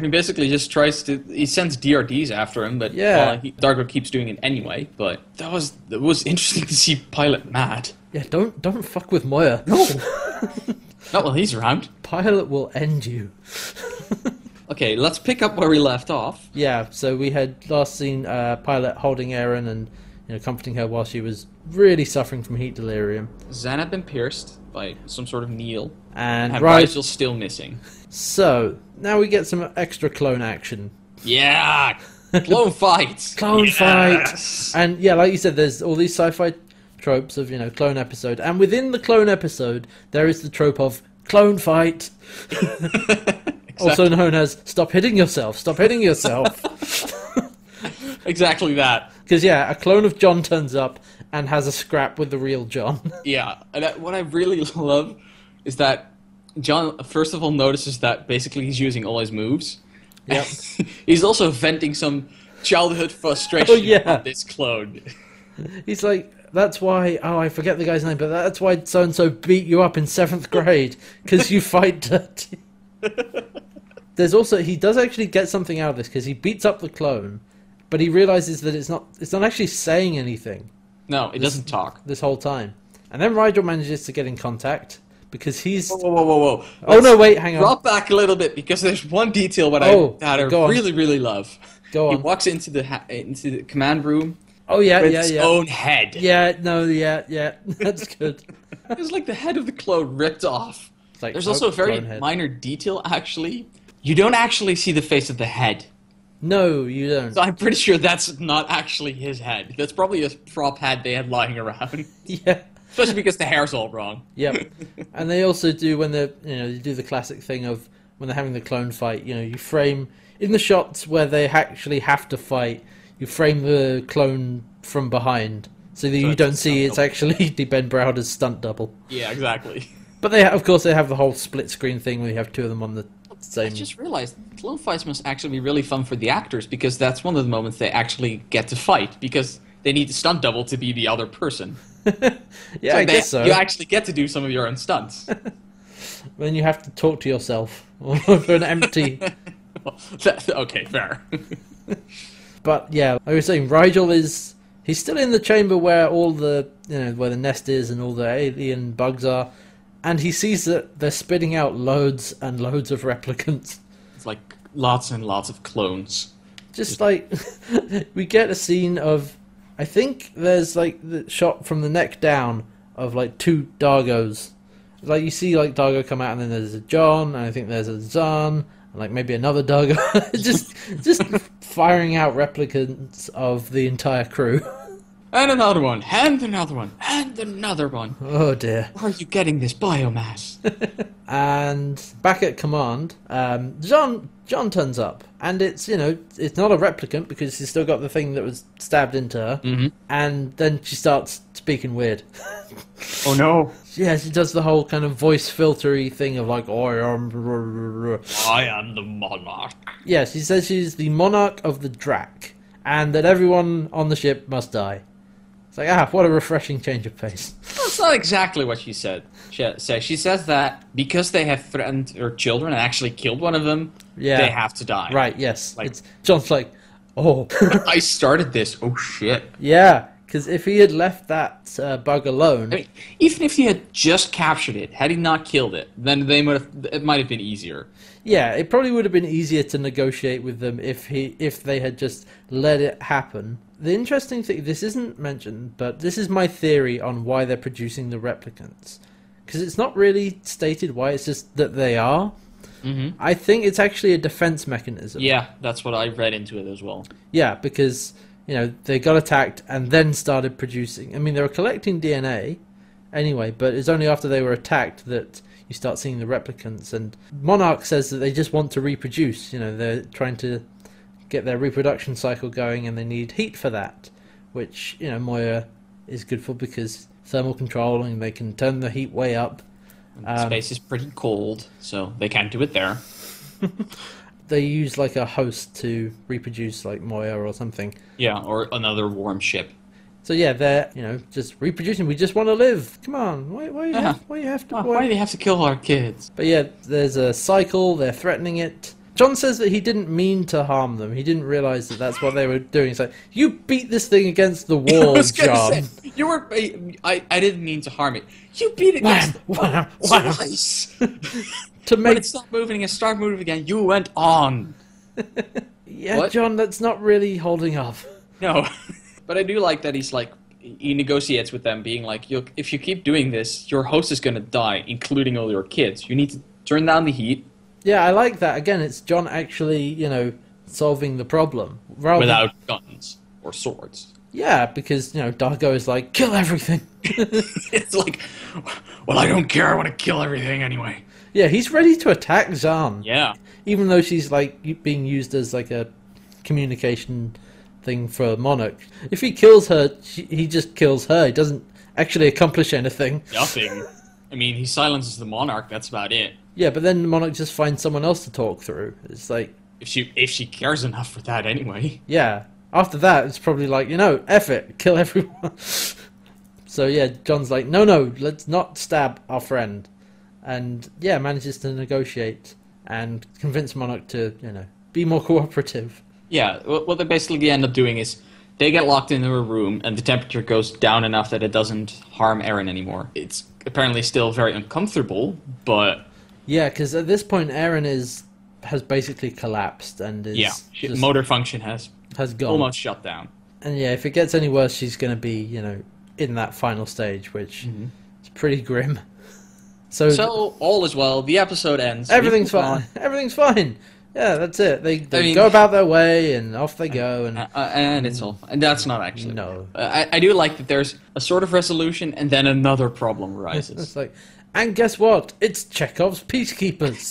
Speaker 2: He basically just tries to. He sends DRDs after him, but
Speaker 1: Yeah.
Speaker 2: uh, he, Dargo keeps doing it anyway. But that was that was interesting to see Pilot mad.
Speaker 1: Yeah, don't don't fuck with Moya. No.
Speaker 2: Not while Oh, he's around.
Speaker 1: Pilot will end you.
Speaker 2: Okay, let's pick up where we left off.
Speaker 1: Yeah, so we had last seen uh, Pilot holding Erin and you know comforting her while she was really suffering from heat delirium.
Speaker 2: Zan had been pierced by some sort of needle,
Speaker 1: And,
Speaker 2: and
Speaker 1: right,
Speaker 2: Rigel's still missing.
Speaker 1: so now we get some extra clone action,
Speaker 2: Yeah, clone fights.
Speaker 1: clone fight, and yeah, like you said, there's all these sci-fi tropes of you know clone episode, and within the clone episode, there is the trope of clone fight, also known as stop hitting yourself, stop hitting yourself. Oh.
Speaker 2: Exactly that.
Speaker 1: Because yeah, a clone of John turns up and has a scrap with the real John.
Speaker 2: Yeah, and I, what I really love is that John first of all notices that basically he's using all his moves.
Speaker 1: Yep.
Speaker 2: he's also venting some childhood frustration
Speaker 1: Oh, yeah.
Speaker 2: on this clone.
Speaker 1: He's like, that's why. Oh, I forget the guy's name, but that's why so and so beat you up in seventh grade because you fight dirty. There's also he does actually get something out of this because he beats up the clone, but he realizes that it's not it's not actually saying anything
Speaker 2: No, it doesn't talk.
Speaker 1: this whole time. And then Rigel manages to get in contact because he's.
Speaker 2: Whoa, whoa, whoa, whoa!
Speaker 1: Oh no! Wait, hang on.
Speaker 2: Drop back a little bit because there's one detail that
Speaker 1: Oh,
Speaker 2: I that I
Speaker 1: go on.
Speaker 2: really, really love.
Speaker 1: Go
Speaker 2: He
Speaker 1: on.
Speaker 2: walks into the ha- into the command room
Speaker 1: Oh yeah,
Speaker 2: with
Speaker 1: yeah,
Speaker 2: his
Speaker 1: yeah.
Speaker 2: own head.
Speaker 1: Yeah, no, yeah, yeah. That's good.
Speaker 2: It's like the head of the clone ripped off.
Speaker 1: It's like,
Speaker 2: There's
Speaker 1: oh,
Speaker 2: also a very
Speaker 1: clone head.
Speaker 2: minor detail, actually. You don't actually see the face of the head.
Speaker 1: No, you don't.
Speaker 2: So I'm pretty sure that's not actually his head. That's probably a prop head they had lying around.
Speaker 1: Yeah.
Speaker 2: Especially because the hair's all wrong.
Speaker 1: Yep. and they also do when they're you know, they do the classic thing of when they're having the clone fight, you know, you frame in the shots where they actually have to fight, you frame the clone from behind. So that you
Speaker 2: it's
Speaker 1: don't
Speaker 2: a
Speaker 1: see
Speaker 2: stunt
Speaker 1: it's
Speaker 2: double.
Speaker 1: actually the Ben Browder's stunt double.
Speaker 2: Yeah, exactly.
Speaker 1: But they of course they have the whole split screen thing where you have two of them on the
Speaker 2: I
Speaker 1: same
Speaker 2: just realized clone fights must actually be really fun for the actors because that's one of the moments they actually get to fight because they need the stunt double to be the other person.
Speaker 1: Yeah,
Speaker 2: So
Speaker 1: I
Speaker 2: they-
Speaker 1: guess so.
Speaker 2: You actually get to do some of your own stunts.
Speaker 1: Then you have to talk to yourself over an empty
Speaker 2: Well, that- okay, fair.
Speaker 1: But yeah, like I was saying, Rigel is he's still in the chamber where all the you know where the nest is and all the alien bugs are, and he sees that they're spitting out loads and loads of replicants.
Speaker 2: it's like lots and lots of clones.
Speaker 1: Just like we get a scene of, I think there's like the shot from the neck down of like two Dargos. Like you see like Dargo come out, and then there's a John, and I think there's a Zan, and like maybe another Dargo. just just firing out replicants of the entire crew.
Speaker 2: And another one, and another one, and another one.
Speaker 1: Oh dear.
Speaker 2: Where are you getting this biomass?
Speaker 1: And back at command, um, John John turns up, and it's you know it's not a replicant because she's still got the thing that was stabbed into her,
Speaker 2: Mhm.
Speaker 1: and then she starts speaking weird.
Speaker 2: oh no.
Speaker 1: Yeah, she does the whole kind of voice filtery thing of like, "I am."
Speaker 2: I am the monarch.
Speaker 1: Yeah, she says she's the monarch of the Drac, and that everyone on the ship must die. It's like ah, what a refreshing change of pace.
Speaker 2: That's not exactly what she said. She says she says that because they have threatened her children and actually killed one of them,
Speaker 1: Yeah.
Speaker 2: they have to die.
Speaker 1: Right? Yes.
Speaker 2: Like-
Speaker 1: it's John's like, oh.
Speaker 2: I started this. Oh shit.
Speaker 1: Yeah, because if he had left that uh, bug alone,
Speaker 2: I mean, even if he had just captured it, had he not killed it, then they might have. It might have been easier.
Speaker 1: yeah, it probably would have been easier to negotiate with them if he if they had just let it happen. The interesting thing, this isn't mentioned, but this is my theory on why they're producing the replicants, because it's not really stated why. It's just that they are.
Speaker 2: Mm-hmm.
Speaker 1: I think it's actually a defense mechanism.
Speaker 2: Yeah, that's what I read into it as well.
Speaker 1: Yeah, because you know they got attacked and then started producing. I mean, they were collecting DNA anyway, but it's only after they were attacked that you start seeing the replicants. And Monarch says that they just want to reproduce. You know, they're trying to get their reproduction cycle going, and they need heat for that, which you know Moya is good for because thermal control and they can turn the heat way up.
Speaker 2: And
Speaker 1: Um,
Speaker 2: Space is pretty cold, so they can't do it there.
Speaker 1: They use like a host to reproduce, like Moya or something.
Speaker 2: Yeah, or another warm ship.
Speaker 1: So yeah, they're you know just reproducing. We just want to live. Come on, why why you
Speaker 2: Yeah.
Speaker 1: have, why you have to? why-
Speaker 2: Why, Uh-huh. Oh, why do they have to kill our kids?
Speaker 1: But yeah, there's a cycle. They're threatening it. John says that he didn't mean to harm them. He didn't realize that that's what they were doing. It's like you beat this thing against the
Speaker 2: I
Speaker 1: wall,
Speaker 2: was gonna
Speaker 1: John.
Speaker 2: say, you were. I, I, I didn't mean to harm it. You beat it
Speaker 1: Wham,
Speaker 2: against
Speaker 1: wham,
Speaker 2: the
Speaker 1: wham.
Speaker 2: twice.
Speaker 1: To
Speaker 2: When
Speaker 1: make
Speaker 2: it stopped moving and started moving again, you went on.
Speaker 1: yeah,
Speaker 2: What?
Speaker 1: John, that's not really holding up.
Speaker 2: No, but I do like that he's like he negotiates with them, being like, You'll, "If you keep doing this, your host is gonna die, including all your kids. You need to turn down the heat
Speaker 1: Yeah, I like that. Again, it's John actually you know solving the problem rather than-
Speaker 2: without guns or swords."
Speaker 1: Yeah, because you know Dargo is like kill everything.
Speaker 2: it's like, well, I don't care. I want to kill everything anyway.
Speaker 1: Yeah, he's ready to attack Zahn.
Speaker 2: Yeah.
Speaker 1: even though she's like u- being used as like a communication thing for Monarch. If he kills her, she, he just kills her. He doesn't actually accomplish anything.
Speaker 2: Nothing. I mean, he silences the monarch. That's about it.
Speaker 1: Yeah, but then the Monarch just finds someone else to talk through. It's like,
Speaker 2: If she if she cares enough for that anyway.
Speaker 1: yeah. After that, it's probably like you know, F it, kill everyone. so yeah, John's like, no, no, let's not stab our friend, and yeah, manages to negotiate and convince Monarch to you know be more cooperative.
Speaker 2: Yeah. wh- What they basically end up doing is they get locked into a room, and the temperature goes down enough that it doesn't harm Aaron anymore. It's apparently still very uncomfortable, but
Speaker 1: Yeah, because at this point, Aaron is has basically collapsed and is
Speaker 2: yeah,
Speaker 1: just
Speaker 2: motor function has
Speaker 1: has gone.
Speaker 2: almost shut down.
Speaker 1: And yeah, if it gets any worse, she's going to be you know in that final stage, which is pretty grim. So,
Speaker 2: So all is well. The episode ends.
Speaker 1: everything's
Speaker 2: We move
Speaker 1: fine. Everything's fine. Yeah, that's it. They they
Speaker 2: mean-
Speaker 1: go about their way and off they go. And
Speaker 2: Uh, uh, and it's all. And that's not actually.
Speaker 1: No.
Speaker 2: Uh, I, I do like that there's a sort of resolution and then another problem
Speaker 1: it's
Speaker 2: arises.
Speaker 1: like, and guess what? It's Chekhov's peacekeepers.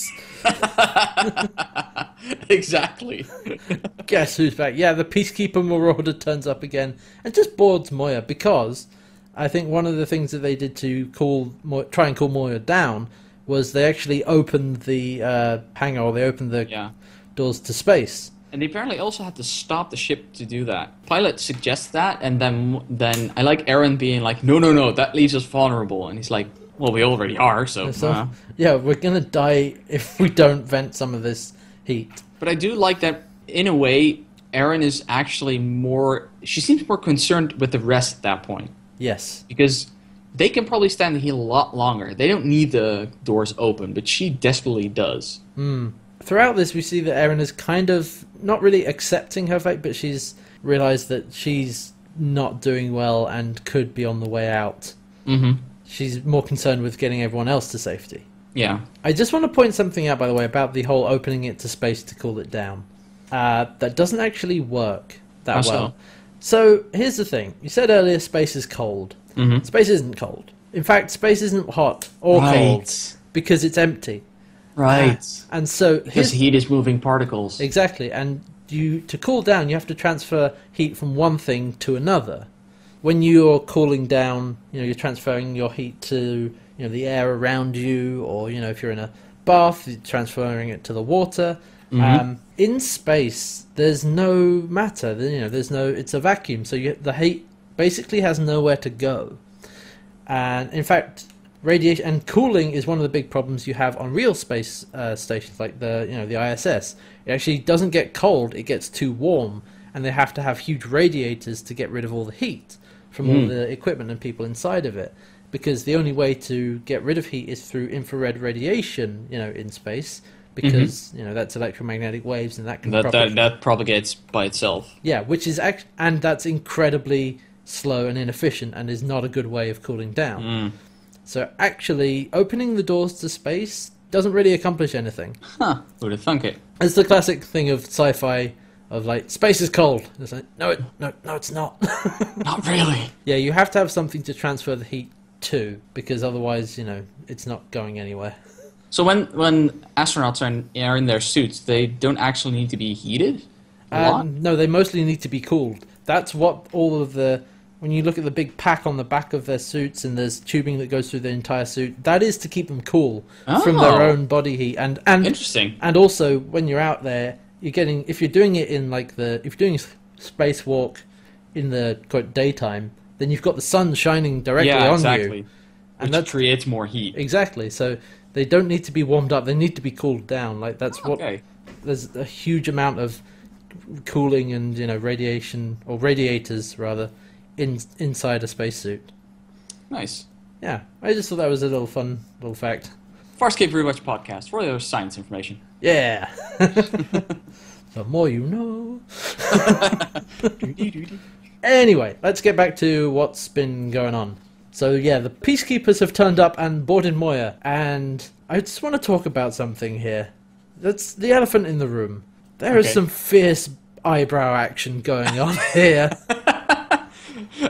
Speaker 2: exactly.
Speaker 1: Guess who's back? Yeah, the Peacekeeper Marauder turns up again and just boards Moya because I think one of the things that they did to call Moya, try and cool Moya down was they actually opened the uh, hangar or they opened the
Speaker 2: yeah.
Speaker 1: doors to space.
Speaker 2: And they apparently also had to stop the ship to do that. Pilot suggests that, and then then I like Aaron being like, "No, no, no, that leaves us vulnerable." And he's like, "Well, we already are, so."
Speaker 1: So,
Speaker 2: uh."
Speaker 1: yeah, we're gonna die if we don't vent some of this heat.
Speaker 2: But I do like that in a way. Aaron is actually more. She seems more concerned with the rest at that point.
Speaker 1: Yes.
Speaker 2: because they can probably stand the heat a lot longer. They don't need the doors open, but she desperately does.
Speaker 1: Throughout this, we see that Erin is kind of not really accepting her fate, but she's realized that she's not doing well and could be on the way out.
Speaker 2: Mm-hmm.
Speaker 1: she's more concerned with getting everyone else to safety.
Speaker 2: Yeah.
Speaker 1: I just want to point something out, by the way, about the whole opening it to space to cool it down. Uh, that doesn't actually work that
Speaker 2: How so?
Speaker 1: well. So here's the thing: you said earlier space is cold.
Speaker 2: Mhm.
Speaker 1: Space isn't cold. In fact, space isn't hot or cold
Speaker 2: Right.
Speaker 1: because it's empty. And so
Speaker 2: Because
Speaker 1: here's
Speaker 2: heat is moving particles.
Speaker 1: Exactly, and you to cool down, you have to transfer heat from one thing to another. When you're cooling down, you know you're transferring your heat to you know the air around you, or you know if you're in a bath, you're transferring it to the water. Um, in space, there's no matter. there- You know, there's no. It's a vacuum, so you, the heat basically has nowhere to go. And in fact, radiation and cooling is one of the big problems you have on real space uh, stations like the you know the ISS. It actually doesn't get cold; it gets too warm, and they have to have huge radiators to get rid of all the heat from all the equipment and people inside of it. Because the only way to get rid of heat is through infrared radiation, you know, in space, because you know that's electromagnetic waves and that can
Speaker 2: That,
Speaker 1: propagate-
Speaker 2: that, that propagates by itself.
Speaker 1: yeah, which is act- and that's incredibly slow and inefficient and is not a good way of cooling down. So actually, opening the doors to space doesn't really accomplish anything.
Speaker 2: Huh. Who'd have thunk it?
Speaker 1: It's the classic thing of sci-fi of like space is cold. It's like no, it, no, no, it's not.
Speaker 2: Not really.
Speaker 1: yeah, you have to have something to transfer the heat to because otherwise, you know, it's not going anywhere.
Speaker 2: So when, when astronauts are in, are in their suits, they don't actually need to be heated? A
Speaker 1: Uh,
Speaker 2: lot?
Speaker 1: no, they mostly need to be cooled. That's what all of the. When you look at the big pack on the back of their suits and there's tubing that goes through the entire suit, that is to keep them cool from their
Speaker 2: Oh.
Speaker 1: own body heat. And and
Speaker 2: Interesting.
Speaker 1: and also when you're out there, you're getting if you're doing it in like the if you're doing a s- spacewalk in the quote daytime, then you've got the sun shining directly
Speaker 2: Yeah,
Speaker 1: on
Speaker 2: exactly.
Speaker 1: you.
Speaker 2: Which
Speaker 1: And that's
Speaker 2: creates more heat.
Speaker 1: exactly so. They don't need to be warmed up. They need to be cooled down. Like that's what
Speaker 2: Okay.
Speaker 1: there's a huge amount of cooling and you know radiation or radiators rather in inside a spacesuit.
Speaker 2: Nice.
Speaker 1: Yeah, I just thought that was a little fun little fact.
Speaker 2: Farscape Rewatch Podcast, for their science information.
Speaker 1: Yeah. the more you know. Anyway, let's get back to what's been going on. So yeah, the peacekeepers have turned up and boarded Moya, and I just want to talk about something here. That's the elephant in the room. There is
Speaker 2: Okay.
Speaker 1: some fierce eyebrow action going on here.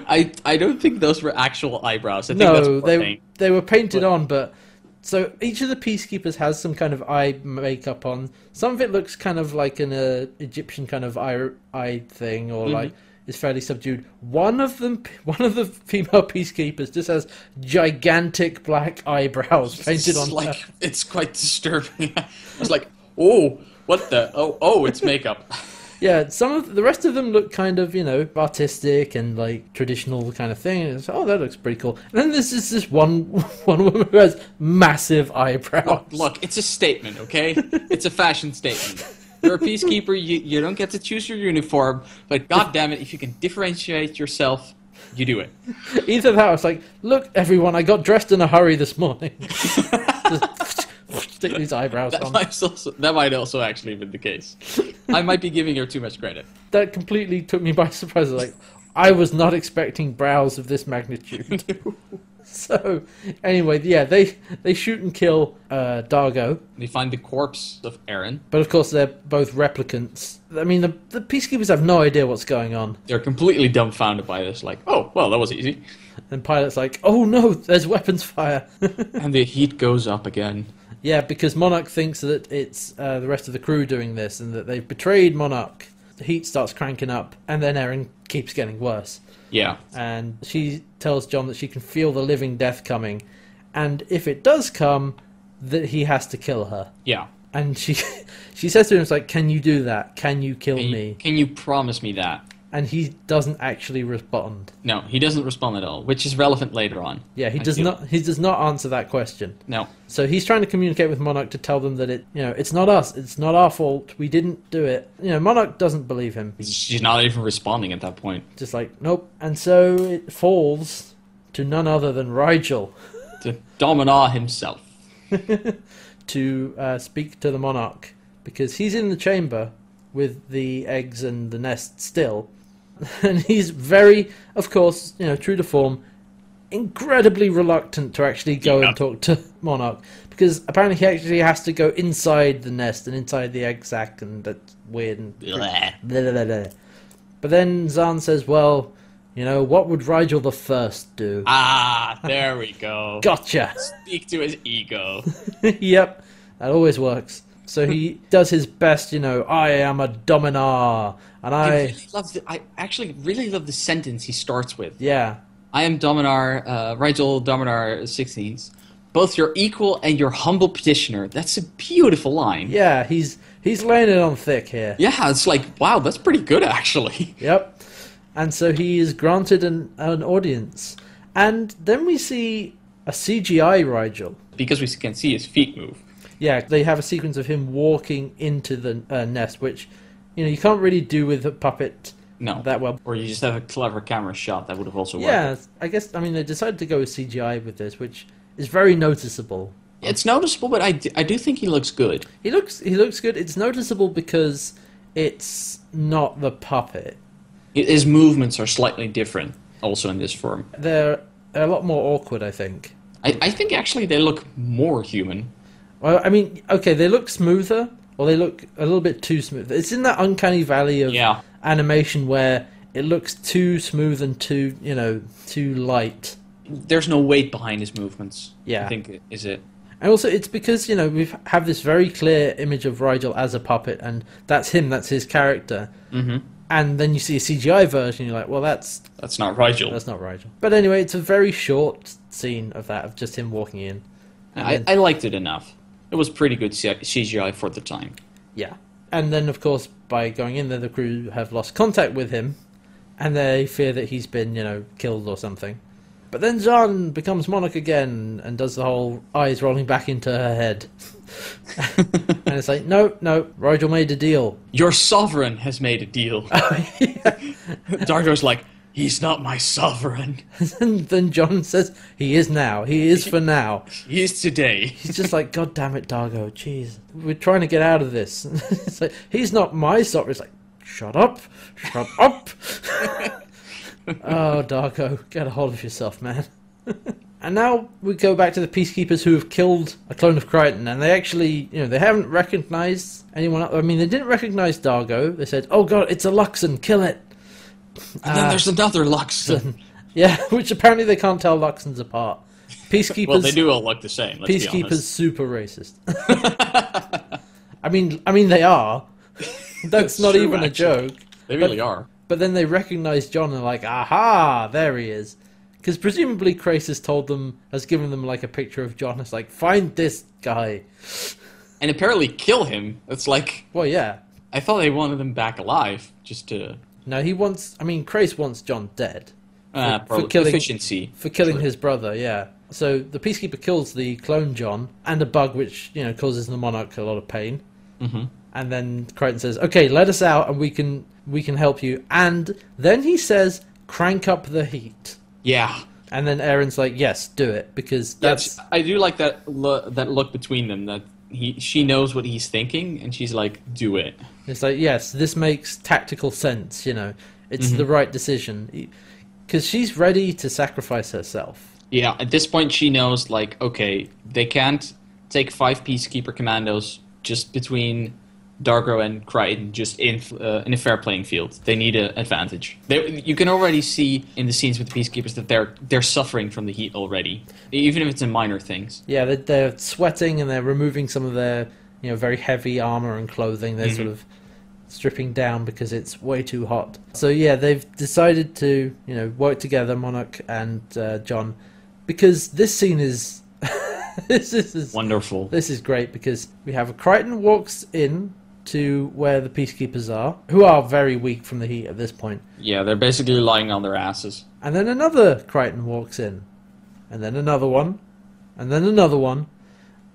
Speaker 2: I I don't think those were actual eyebrows. I think that's
Speaker 1: no,
Speaker 2: what
Speaker 1: they
Speaker 2: I'm saying.
Speaker 1: they were painted
Speaker 2: But-
Speaker 1: on, but so each of the peacekeepers has some kind of eye makeup on. Some of it looks kind of like an uh, Egyptian kind of eye eye thing,
Speaker 2: Mm-hmm.
Speaker 1: or like is fairly subdued. One of them, one of the female peacekeepers, just has gigantic black eyebrows painted
Speaker 2: It's
Speaker 1: on.
Speaker 2: like
Speaker 1: her.
Speaker 2: it's quite disturbing. I was like, oh, what the? Oh, oh, it's makeup.
Speaker 1: Yeah, some of the rest of them look kind of you know artistic and like traditional kind of thing. And it's, oh, that looks pretty cool. And then there's just this one one woman who has massive eyebrows.
Speaker 2: Look, look, it's a statement, okay? It's a fashion statement. You're a peacekeeper. You, you don't get to choose your uniform, but god damn it, if you can differentiate yourself, you do it.
Speaker 1: Either that, or it's like, look, everyone, I got dressed in a hurry this morning. Just stick these eyebrows
Speaker 2: That
Speaker 1: on.
Speaker 2: might also that might also actually have been the case. I might be giving her too much credit.
Speaker 1: That completely took me by surprise. Like, I was not expecting brows of this magnitude. so, anyway, yeah, they they shoot and kill uh, Dargo,
Speaker 2: They find the corpse of Aaron.
Speaker 1: but of course they're both replicants. I mean, the, the peacekeepers have no idea what's going on,
Speaker 2: They're completely dumbfounded by this. Like, oh well, that was easy.
Speaker 1: and Pilot's like, "Oh no, there's weapons fire."
Speaker 2: And the heat goes up again.
Speaker 1: Yeah, because Monarch thinks that it's uh, the rest of the crew doing this and that they've betrayed Monarch. The heat starts cranking up, and then Erin keeps getting worse.
Speaker 2: Yeah.
Speaker 1: And she tells John that she can feel the living death coming, and if it does come, that he has to kill her.
Speaker 2: Yeah.
Speaker 1: And she she says to him, "It's like, can you do that? Can you kill
Speaker 2: Can you,
Speaker 1: me?"
Speaker 2: can you promise me that?
Speaker 1: And he doesn't actually respond.
Speaker 2: No, he doesn't respond at all, which is relevant later on.
Speaker 1: Yeah, he
Speaker 2: I
Speaker 1: does
Speaker 2: feel.
Speaker 1: not. He does not answer that question.
Speaker 2: No.
Speaker 1: So he's trying to communicate with Monarch to tell them that it, you know, it's not us, it's not our fault, we didn't do it. You know, Monarch doesn't believe him. He's
Speaker 2: She's not even responding at that point.
Speaker 1: just like, nope. And so it falls to none other than Rigel
Speaker 2: To Dominar himself.
Speaker 1: to uh, speak to the Monarch because he's in the chamber with the eggs and the nest still, and he's very, of course, you know, true to form, incredibly reluctant to actually go
Speaker 2: Yeah.
Speaker 1: and talk to Monarch because apparently he actually has to go inside the nest and inside the egg sac, and that's weird. And
Speaker 2: Bleh.
Speaker 1: Blah, blah, blah, blah. But then Zahn says, "Well, you know, what would Rigel the First do?"
Speaker 2: Ah, there we go.
Speaker 1: Gotcha.
Speaker 2: Speak to his ego.
Speaker 1: yep, that always works. So he does his best, you know. I am a dominar, and
Speaker 2: I,
Speaker 1: I,
Speaker 2: really love the, I actually really love the sentence he starts with.
Speaker 1: yeah,
Speaker 2: I am Dominar, uh, Rigel Dominar 16th, both your equal and your humble petitioner. That's a beautiful line.
Speaker 1: yeah. He's he's laying it on thick here.
Speaker 2: Yeah, it's like, wow, that's pretty good actually.
Speaker 1: Yep. And so he is granted an an audience, and then we see a CGI Rigel.
Speaker 2: Because we can see his feet move.
Speaker 1: Yeah, they have a sequence of him walking into the uh, nest, which you know you can't really do with a puppet
Speaker 2: No.
Speaker 1: that well.
Speaker 2: or you just have a clever camera shot that would have also worked.
Speaker 1: Yeah, I guess I mean they decided to go with CGI with this, which is very noticeable.
Speaker 2: It's noticeable, but I d- I do think he looks good.
Speaker 1: He looks he looks good. It's noticeable because it's not the puppet.
Speaker 2: Hi- His movements are slightly different also in this form.
Speaker 1: They're a lot more awkward, I think.
Speaker 2: I, I think actually they look more human.
Speaker 1: Well, I mean, okay, they look smoother, or they look a little bit too smooth. It's in that uncanny valley of
Speaker 2: Yeah.
Speaker 1: animation where it looks too smooth and too you know too light.
Speaker 2: There's no weight behind his movements.
Speaker 1: Yeah.
Speaker 2: I think is it.
Speaker 1: And also, it's because you know we have this very clear image of Rigel as a puppet, and that's him, that's his character.
Speaker 2: Mhm.
Speaker 1: And then you see a CGI version, you're like, well, that's
Speaker 2: That's not Rigel.
Speaker 1: that's not Rigel. But anyway, it's a very short scene of that, of just him walking in. And
Speaker 2: I,
Speaker 1: then-
Speaker 2: I liked it enough. It was pretty good C- CGI for the time.
Speaker 1: yeah. And then, of course, by going in there, the crew have lost contact with him, and they fear that he's been, you know, killed or something. But then Zahn becomes Monarch again and does the whole eyes rolling back into her head. and it's like, no, no, Rigel made a deal.
Speaker 2: Your sovereign has made a deal.
Speaker 1: Oh,
Speaker 2: Dargo's like, he's not my sovereign.
Speaker 1: and then John says, he is now. He is for now.
Speaker 2: He is today.
Speaker 1: He's just like, God damn it, Dargo. Jeez. We're trying to get out of this. it's like, he's not my sort. It's like, shut up. Shut up. oh, Dargo, get a hold of yourself, man. and now we go back to the peacekeepers who have killed a clone of Crichton. And they actually, you know, they haven't recognized anyone. el- I mean, they didn't recognize Dargo. They said, oh, God, it's a Luxon. Kill it.
Speaker 2: And then there's another Luxon.
Speaker 1: Yeah, which apparently they can't tell Luxons apart. Peacekeepers.
Speaker 2: Well, they do all look the same. Let's be
Speaker 1: Peacekeepers
Speaker 2: honest.
Speaker 1: super racist. I mean, I mean they are. That's
Speaker 2: That's
Speaker 1: not
Speaker 2: true,
Speaker 1: even a
Speaker 2: actually.
Speaker 1: joke.
Speaker 2: They really are.
Speaker 1: But then they recognize John and are like, aha, there he is. Because presumably Crasis told them, has given them like a picture of John. It's like, find this guy.
Speaker 2: And apparently kill him. It's like
Speaker 1: Well, yeah.
Speaker 2: I thought they wanted him back alive, just to
Speaker 1: No, he wants. I mean, Crace wants John dead
Speaker 2: uh,
Speaker 1: For- for
Speaker 2: probably
Speaker 1: killing-
Speaker 2: efficiency.
Speaker 1: for killing his brother. Yeah. So the Peacekeeper kills the clone John and a bug, which you know causes the Monarch a lot of pain.
Speaker 2: Mhm.
Speaker 1: And then Crichton says, "Okay, let us out, and we can we can help you." And then he says, "Crank up the heat."
Speaker 2: Yeah,
Speaker 1: And then Aaron's like, "Yes, do it," because that's
Speaker 2: that's. I do like that lo- that look between them. That he she knows what he's thinking, and she's like, "Do it."
Speaker 1: It's like, yes, this makes tactical sense, you know. It's the right decision. Because she's ready to sacrifice herself.
Speaker 2: Yeah, at this point, she knows, like, okay, they can't take five Peacekeeper commandos just between Dargo and Crichton, just in, uh, in a fair playing field. They need an advantage. They, you can already see in the scenes with the Peacekeepers that they're, they're suffering from the heat already, even if it's in minor things.
Speaker 1: Yeah, they're, they're sweating and they're removing some of their, you know, very heavy armor and clothing. They're sort of stripping down because it's way too hot. So, yeah, they've decided to, you know, work together, Monarch and uh, John, because this scene is. this is
Speaker 2: Wonderful.
Speaker 1: This is great because we have a Crichton walks in to where the peacekeepers are, who are very weak from the heat at this point.
Speaker 2: Yeah, they're basically lying on their asses.
Speaker 1: And then another Crichton walks in. And then another one. And then another one.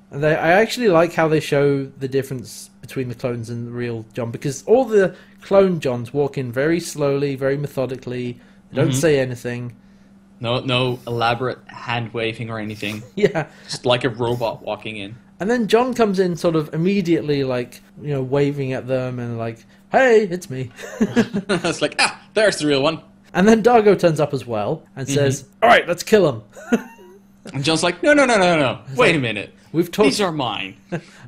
Speaker 1: And they, I actually like how they show the difference between the clones and the real John because all the clone Johns walk in very slowly, very methodically. They don't
Speaker 2: Mhm.
Speaker 1: say anything.
Speaker 2: No, no elaborate hand waving or anything.
Speaker 1: Yeah.
Speaker 2: Just like a robot walking in.
Speaker 1: And then John comes in sort of immediately like, you know, waving at them and like, "Hey, it's me."
Speaker 2: it's like, ah, there's the real one.
Speaker 1: And then Dargo turns up as well and says,
Speaker 2: Mm-hmm.
Speaker 1: "All right, let's kill him."
Speaker 2: And John's like, no, no, no, no, no. Wait a minute. Oh.
Speaker 1: We've talked.
Speaker 2: These are mine.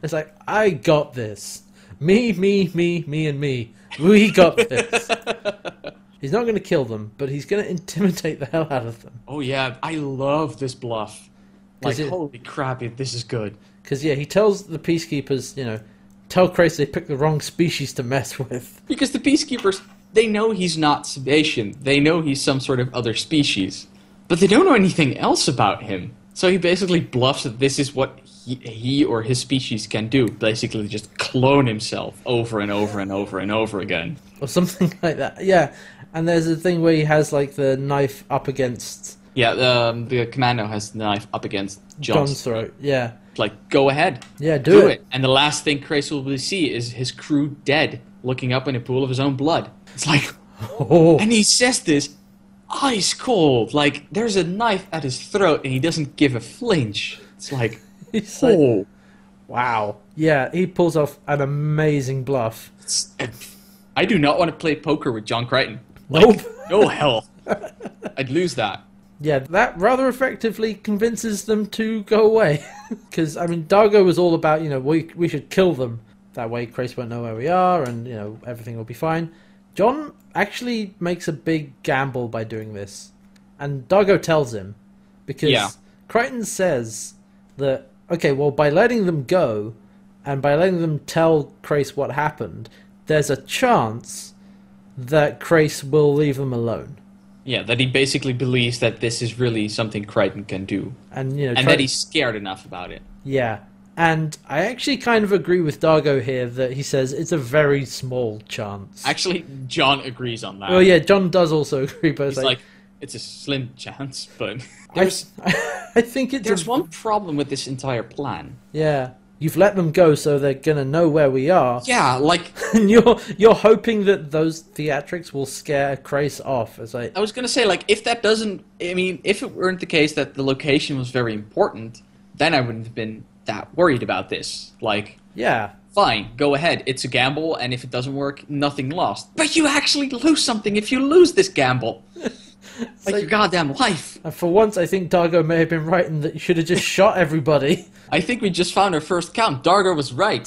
Speaker 1: It's like I got this. Me, me, me, me, and me. We got this. he's not going to kill them, but he's going to intimidate the hell out of them.
Speaker 2: Oh yeah, I love this bluff. Like
Speaker 1: Is it-
Speaker 2: holy crap, it- this is good.
Speaker 1: Because yeah, he tells the peacekeepers, you know, tell Krace they picked the wrong species to mess with.
Speaker 2: Because the peacekeepers, they know he's not Sebastian. They know he's some sort of other species, but they don't know anything else about him. So he basically bluffs that this is what he, he or his species can do. Basically, just clone himself over and over and over and over again.
Speaker 1: Or something like that. Yeah. And there's a thing where he has like the knife up against
Speaker 2: Yeah, um, the commando has the knife up against
Speaker 1: John's
Speaker 2: John's.
Speaker 1: throat. Yeah.
Speaker 2: Like, go ahead.
Speaker 1: Yeah, do,
Speaker 2: Do,
Speaker 1: it.
Speaker 2: it. And the last thing Chris will see is his crew dead, looking up in a pool of his own blood. It's like,
Speaker 1: Oh.
Speaker 2: and he says this ice cold. Like, there's a knife at his throat, and he doesn't give a flinch. It's like,
Speaker 1: He's like,
Speaker 2: oh,
Speaker 1: wow. Yeah, he pulls off an amazing bluff.
Speaker 2: it's- I do not want to play poker with John Crichton.
Speaker 1: Nope.
Speaker 2: No hell. I'd lose that.
Speaker 1: Yeah, that rather effectively convinces them to go away. Because, I mean, Dargo was all about, you know, we, we should kill them. That way, Krace won't know where we are and, you know, everything will be fine. John actually makes a big gamble by doing this. And Dargo tells him. Because
Speaker 2: Yeah.
Speaker 1: Crichton says that, okay, well, by letting them go and by letting them tell Krace what happened, there's a chance that Krace will leave them alone.
Speaker 2: Yeah, that he basically believes that this is really something Crichton can do,
Speaker 1: And, you know,
Speaker 2: and
Speaker 1: Crichton-
Speaker 2: that he's scared enough about it.
Speaker 1: Yeah. And I actually kind of agree with Dargo here that he says it's a very small chance.
Speaker 2: Actually, John agrees on that.
Speaker 1: well, yeah, John does also agree, but it's
Speaker 2: It's
Speaker 1: like,
Speaker 2: like, it's a slim chance, but
Speaker 1: I,
Speaker 2: there's
Speaker 1: I think it's
Speaker 2: there's
Speaker 1: a-
Speaker 2: one problem with this entire plan.
Speaker 1: Yeah, you've let them go, so they're gonna know where we are,
Speaker 2: Yeah, like
Speaker 1: and you're you're hoping that those theatrics will scare Crace off. It's like,
Speaker 2: I was gonna say, like if that doesn't, I mean, if it weren't the case that the location was very important, then I wouldn't have been that worried about this. Like,
Speaker 1: yeah,
Speaker 2: fine, go ahead, it's a gamble, and if it doesn't work, nothing lost. But you actually lose something if you lose this gamble, like
Speaker 1: like-
Speaker 2: your goddamn life.
Speaker 1: and for once, I think Dargo may have been right in that you should have just shot everybody.
Speaker 2: I think we just found our first count. Dargo was right.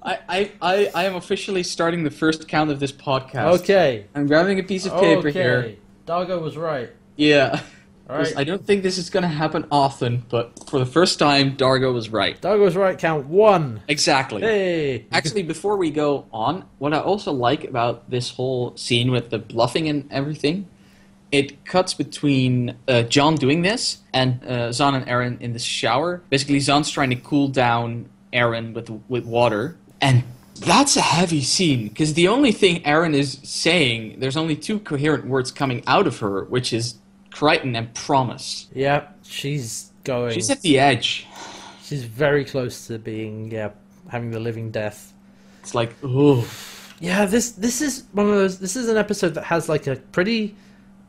Speaker 2: I, I, I, I am officially starting the first count of this podcast.
Speaker 1: Okay,
Speaker 2: I'm grabbing a piece of paper
Speaker 1: okay.
Speaker 2: here.
Speaker 1: Dargo was right.
Speaker 2: Yeah.
Speaker 1: All right.
Speaker 2: I don't think this is going to happen often, but for the first time, Dargo was right.
Speaker 1: Dargo was right. Count one.
Speaker 2: Exactly.
Speaker 1: Hey.
Speaker 2: Actually, before we go on, what I also like about this whole scene with the bluffing and everything, it cuts between uh, John doing this and uh, Zahn and Aaron in the shower. Basically, Zahn's trying to cool down Aaron with with water, and that's a heavy scene because the only thing Aaron is saying, there's only two coherent words coming out of her, which is Crichton and promise.
Speaker 1: Yep. She's going.
Speaker 2: She's at the edge.
Speaker 1: She's very close to being yeah having the living death.
Speaker 2: It's like, oh,
Speaker 1: Yeah, this this is one of those. This is an episode that has like a pretty,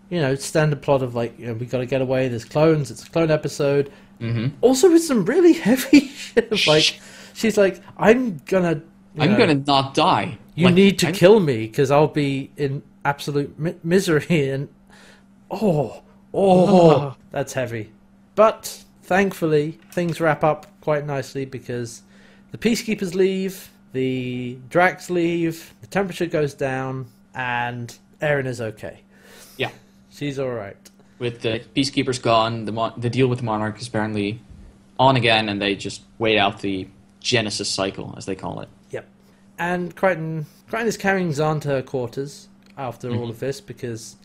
Speaker 1: you know, standard plot of like you know, we got to get away. There's clones. It's a clone episode.
Speaker 2: Mhm.
Speaker 1: Also with some really heavy shit. Of, like
Speaker 2: Shh.
Speaker 1: she's like, I'm gonna. you
Speaker 2: I'm
Speaker 1: know,
Speaker 2: gonna not die.
Speaker 1: You
Speaker 2: Like,
Speaker 1: need to
Speaker 2: I'm-
Speaker 1: kill me because I'll be in absolute mi- misery and oh
Speaker 2: Ah.
Speaker 1: oh that's heavy. But thankfully things wrap up quite nicely because the peacekeepers leave, the Drax leave, the temperature goes down, and Erin is okay.
Speaker 2: Yeah.
Speaker 1: She's all right.
Speaker 2: with the peacekeepers gone, the mon- the deal with the monarch is apparently on again, and they just wait out the Genesis cycle, as they call it.
Speaker 1: Yep. And Crichton, Crichton is carrying Zahn to her quarters after
Speaker 2: Mm-hmm.
Speaker 1: all of this because,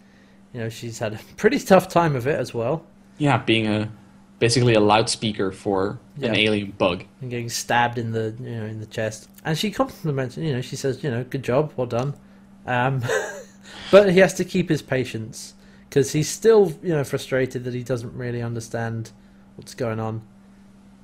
Speaker 1: you know, she's had a pretty tough time of it as well.
Speaker 2: Yeah, being a basically a loudspeaker for
Speaker 1: Yeah.
Speaker 2: an alien bug.
Speaker 1: and getting stabbed in the you know in the chest. And she compliments, you know, she says, you know, good job, well done. Um, but he has to keep his patience because he's still you know frustrated that he doesn't really understand what's going on.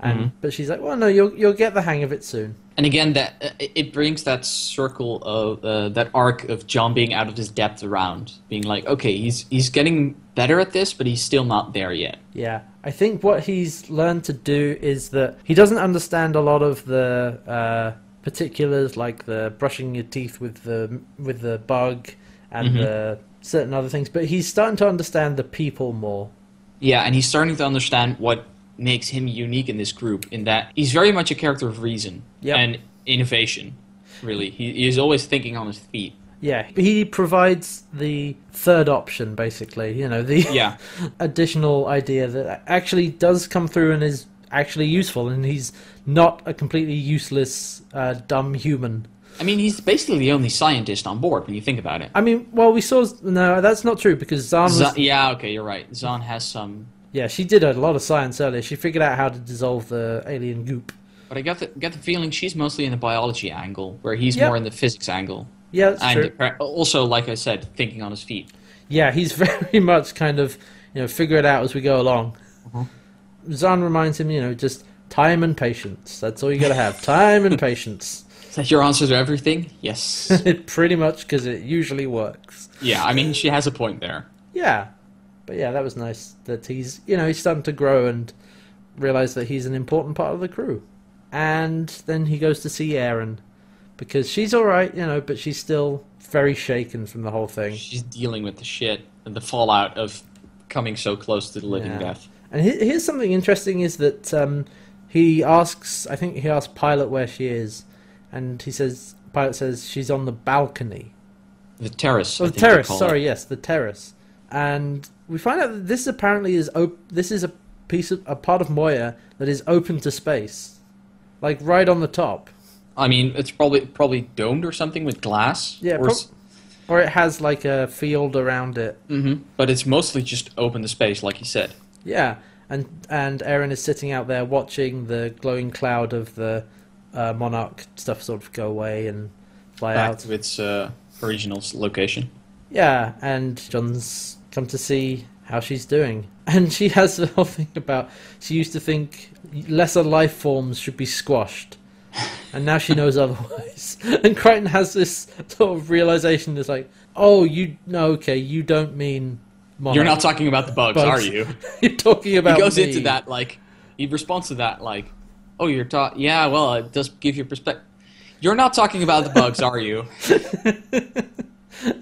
Speaker 1: And
Speaker 2: Mhm.
Speaker 1: but she's like, well, no, you'll you'll get the hang of it soon.
Speaker 2: And again, that uh, it- it brings that circle of uh, that arc of John being out of his depth around, being like, okay, he's he's getting better at this, but he's still not there yet.
Speaker 1: Yeah, I think what he's learned to do is that he doesn't understand a lot of the uh, particulars, like the brushing your teeth with the with the bug and
Speaker 2: Mhm.
Speaker 1: the certain other things. But he's starting to understand the people more.
Speaker 2: Yeah, and he's starting to understand what makes him unique in this group, in that he's very much a character of reason
Speaker 1: Yep.
Speaker 2: and innovation, really. He, he is always thinking on his feet.
Speaker 1: Yeah, he provides the third option, basically. You know, the
Speaker 2: Yeah.
Speaker 1: additional idea that actually does come through and is actually useful, and he's not a completely useless, uh, dumb human.
Speaker 2: I mean, he's basically the only scientist on board when you think about it.
Speaker 1: I mean, well, we saw no, that's not true because Zahn. Was,
Speaker 2: Zahn- yeah, okay, you're right. Zahn has some.
Speaker 1: yeah, she did a lot of science earlier. She figured out how to dissolve the alien goop.
Speaker 2: But I got the, got the feeling she's mostly in the biology angle, where he's
Speaker 1: Yep.
Speaker 2: more in the physics angle.
Speaker 1: Yeah, that's
Speaker 2: and
Speaker 1: true.
Speaker 2: appar- also, like I said, thinking on his feet.
Speaker 1: Yeah, he's very much kind of, you know, figure it out as we go along.
Speaker 2: Mm-hmm.
Speaker 1: Zahn reminds him, you know, just time and patience. That's all you gotta have. time and patience.
Speaker 2: Is that your answer to everything? Yes.
Speaker 1: It pretty much because it usually works.
Speaker 2: yeah, I mean, she has a point there.
Speaker 1: Yeah, but yeah, that was nice that he's you know he's starting to grow and realize that he's an important part of the crew. And then he goes to see Erin because she's all right, you know, but she's still very shaken from the whole thing.
Speaker 2: She's dealing with the shit and the fallout of coming so close to the living
Speaker 1: Yeah.
Speaker 2: death.
Speaker 1: And he- here's something interesting: is that um, he asks, I think he asked Pilot where she is, and he says, Pilot says she's on the balcony.
Speaker 2: The terrace.
Speaker 1: Oh,
Speaker 2: I
Speaker 1: the
Speaker 2: think they
Speaker 1: terrace.
Speaker 2: call
Speaker 1: Sorry,
Speaker 2: it.
Speaker 1: yes, the terrace. And we find out that this apparently is op- this is a piece of a part of Moya that is open to space, like right on the top.
Speaker 2: I mean, it's probably probably domed or something with glass.
Speaker 1: Yeah,
Speaker 2: or
Speaker 1: prob-
Speaker 2: s-
Speaker 1: or it has like a field around it.
Speaker 2: Mhm. But it's mostly just open to space, like you said.
Speaker 1: Yeah, and and Aaron is sitting out there watching the glowing cloud of the uh, monarch stuff sort of go away and fly
Speaker 2: Back
Speaker 1: out.
Speaker 2: to its uh, original s- location.
Speaker 1: Yeah, and John's come to see how she's doing. And she has the whole thing about she used to think lesser life forms should be squashed. And now she knows otherwise. And Crichton has this sort of realization that's like, oh, you, no, okay, you don't mean monarch.
Speaker 2: You're not talking about the bugs,
Speaker 1: Bugs.
Speaker 2: are you?
Speaker 1: You're talking about.
Speaker 2: he goes
Speaker 1: me.
Speaker 2: into that like he responds to that like, "Oh, you're ta Yeah, well, it does give you perspective. You're not talking about the bugs, are you?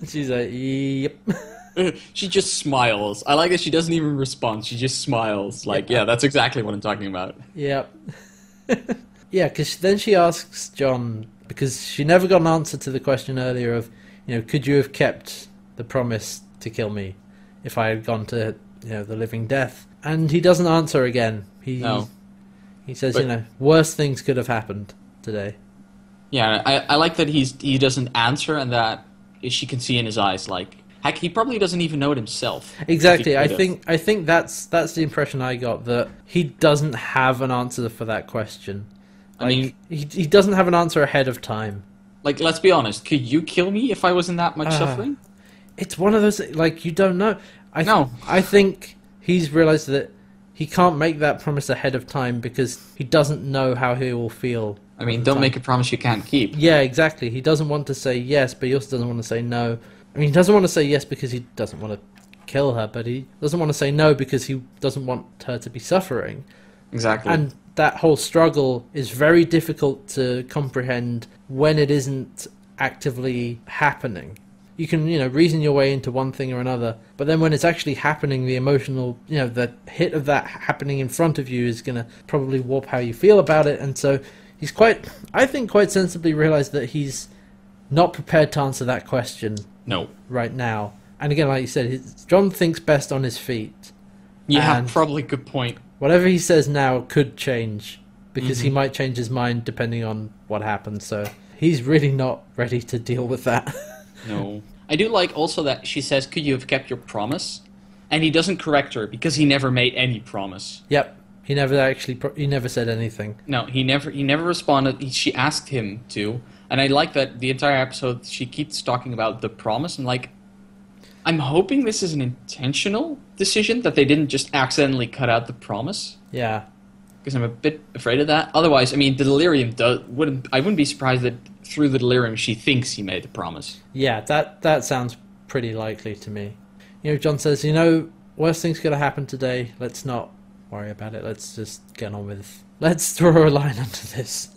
Speaker 1: She's like, yep.
Speaker 2: she just smiles. I like that she doesn't even respond. She just smiles. Like, yeah, that's exactly what I'm talking about.
Speaker 1: Yep. yeah, because then she asks John because she never got an answer to the question earlier of, you know, could you have kept the promise to kill me? if I had gone to you know the living death. And he doesn't answer again. He
Speaker 2: No.
Speaker 1: he says,
Speaker 2: But-
Speaker 1: you know, worse things could have happened today.
Speaker 2: Yeah, I, I like that he's he doesn't answer and that she can see in his eyes. Like, heck, he probably doesn't even know it himself.
Speaker 1: Exactly.
Speaker 2: If
Speaker 1: I
Speaker 2: he could have.
Speaker 1: think I think that's that's the impression I got that he doesn't have an answer for that question.
Speaker 2: I
Speaker 1: Like,
Speaker 2: mean-
Speaker 1: he he doesn't have an answer ahead of time.
Speaker 2: Like, let's be honest. Could you kill me if I was in that much
Speaker 1: Ah.
Speaker 2: suffering?
Speaker 1: It's one of those like you don't know. I th-
Speaker 2: No.
Speaker 1: I think he's realized that he can't make that promise ahead of time because he doesn't know how he will feel.
Speaker 2: I mean, don't make a promise you can't keep.
Speaker 1: Yeah, exactly. He doesn't want to say yes, but he also doesn't want to say no. I mean, he doesn't want to say yes because he doesn't want to kill her, but he doesn't want to say no because he doesn't want her to be suffering.
Speaker 2: Exactly.
Speaker 1: And that whole struggle is very difficult to comprehend when it isn't actively happening. You can, you know, reason your way into one thing or another, but then when it's actually happening, the emotional, you know, the hit of that happening in front of you is going to probably warp how you feel about it. And so he's quite, I think, quite sensibly realized that he's not prepared to answer that question
Speaker 2: no,
Speaker 1: right now. And again, like you said, his, John thinks best on his feet
Speaker 2: you have
Speaker 1: and-
Speaker 2: probably good point.
Speaker 1: whatever he says now could change because he might change his mind depending on what happens. So he's really not ready to deal with that.
Speaker 2: No, I do like also that she says, "Could you have kept your promise?" And he doesn't correct her because he never made any promise.
Speaker 1: yep, he never actually pro- he never said anything.
Speaker 2: No, he never he never responded. He, she asked him to, and I like that the entire episode she keeps talking about the promise and like. I'm hoping this is an intentional decision that they didn't just accidentally cut out the promise
Speaker 1: Yeah,
Speaker 2: because I'm a bit afraid of that. Otherwise, I mean, the delirium do wouldn't I wouldn't be surprised that through the delirium she thinks he made the promise.
Speaker 1: yeah, that that sounds pretty likely to me. You know, John says, you know, worst thing's gonna happen today. Let's not worry about it. Let's just get on with. Let's draw a line under this.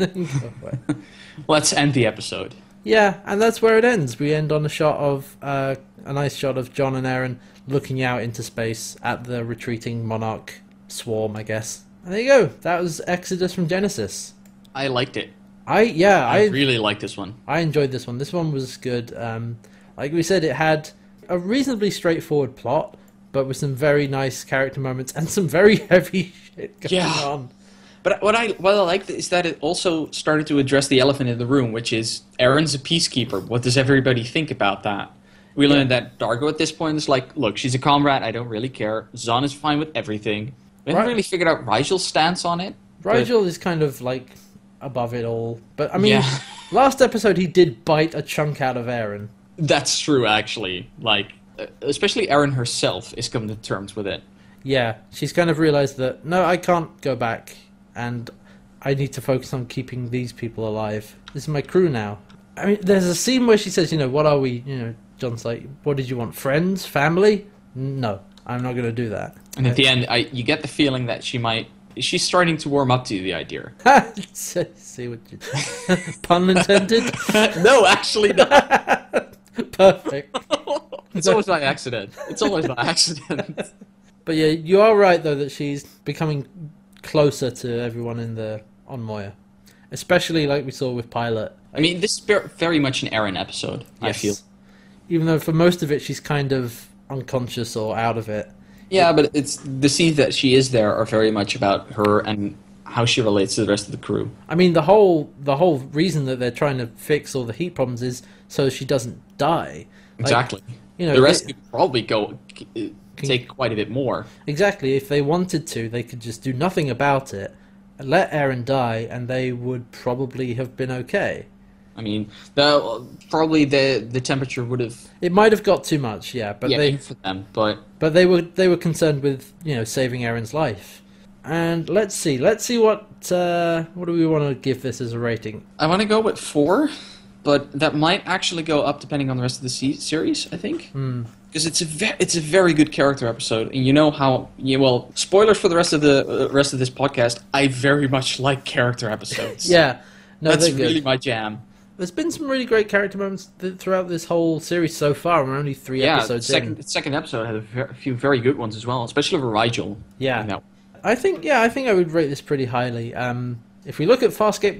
Speaker 2: Let's end the episode.
Speaker 1: Yeah, and that's where it ends. We end on a shot of uh, a nice shot of John and Aaron looking out into space at the retreating monarch swarm, I guess. And there you go. That was Exodus from Genesis.
Speaker 2: I liked it.
Speaker 1: I yeah,
Speaker 2: I,
Speaker 1: I
Speaker 2: really like this one.
Speaker 1: I enjoyed this one. This one was good. Um, like we said, it had a reasonably straightforward plot, but with some very nice character moments and some very heavy shit going
Speaker 2: Yeah.
Speaker 1: on.
Speaker 2: But what I what I liked is that it also started to address the elephant in the room, which is Aaron's a peacekeeper. What does everybody think about that? We learned that Dargo at this point is like, look, she's a comrade. I don't really care. Zon is fine with everything. We haven't
Speaker 1: Right.
Speaker 2: really figured out Rigel's stance on it. but-
Speaker 1: Rigel is kind of like above it all, but I mean,
Speaker 2: Yeah.
Speaker 1: last episode he did bite a chunk out of Aaron.
Speaker 2: That's true, actually. Like, uh, especially Erin herself is coming to terms with it.
Speaker 1: Yeah, she's kind of realized that no, I can't go back, and I need to focus on keeping these people alive. This is my crew now. I mean, there's a scene where she says, "You know, what are we?" You know, John's like, "What did you want? Friends, family?" No, I'm not going to do that.
Speaker 2: And at the end, I, you get the feeling that she might. She's starting to warm up to the idea.
Speaker 1: See what you pun intended.
Speaker 2: no, actually, not.
Speaker 1: Perfect.
Speaker 2: It's always by accident. It's always by accident.
Speaker 1: But yeah, you are right though that she's becoming closer to everyone in the on Moya, especially like we saw with Pilot.
Speaker 2: I mean, this is ver- very much an Erin episode, I feel.
Speaker 1: Even though for most of it she's kind of unconscious or out of it.
Speaker 2: Yeah, but it's the scenes that she is there are very much about her and how she relates to the rest of the crew.
Speaker 1: I mean the whole the whole reason that they're trying to fix all the heat problems is so she doesn't die. Like,
Speaker 2: Exactly.
Speaker 1: you know,
Speaker 2: the rest
Speaker 1: they-
Speaker 2: could probably go uh, take quite a bit more.
Speaker 1: Exactly. If they wanted to, they could just do nothing about it, let Aaron die, and they would probably have been okay.
Speaker 2: I mean, the, probably the the temperature would have
Speaker 1: It might have got too much, yeah, but
Speaker 2: yeah
Speaker 1: they
Speaker 2: been for them, but
Speaker 1: But they were they were concerned with you know saving Aaron's life. And let's see, let's see what uh, what do we want to give this as a rating?
Speaker 2: I want to go with four, but that might actually go up depending on the rest of the se- series. I think
Speaker 1: Hmm.
Speaker 2: because it's a ve- it's a very good character episode, and you know how you, well spoilers for the rest of the uh, rest of this podcast. I very much like character episodes.
Speaker 1: Yeah, no,
Speaker 2: that's
Speaker 1: they're good.
Speaker 2: really my jam.
Speaker 1: There's been some really great character moments th- throughout this whole series so far. and We're only three
Speaker 2: Yeah, the
Speaker 1: episodes
Speaker 2: second
Speaker 1: in.
Speaker 2: the second episode had a ver- few very good ones as well, especially with Rigel.
Speaker 1: Yeah.
Speaker 2: No.
Speaker 1: I think yeah, I think I would rate this pretty highly. Um, if we look at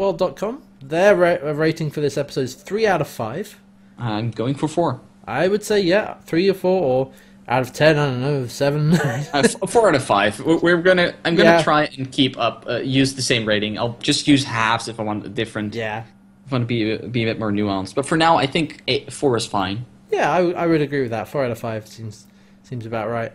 Speaker 1: fastgateworld.com, their ra- uh, rating for this episode is three out of five.
Speaker 2: I'm going for four.
Speaker 1: I would say yeah, three or four, or out of ten, I don't know, seven.
Speaker 2: Uh, f- four out of five. We're, we're gonna. I'm gonna
Speaker 1: Yeah.
Speaker 2: try and keep up. Uh, use the same rating. I'll just use halves if I want a different.
Speaker 1: yeah,
Speaker 2: If I want to be be a bit more nuanced. But for now, I think eight, four is fine.
Speaker 1: yeah, I, w- I would agree with that. Four out of five seems seems about right.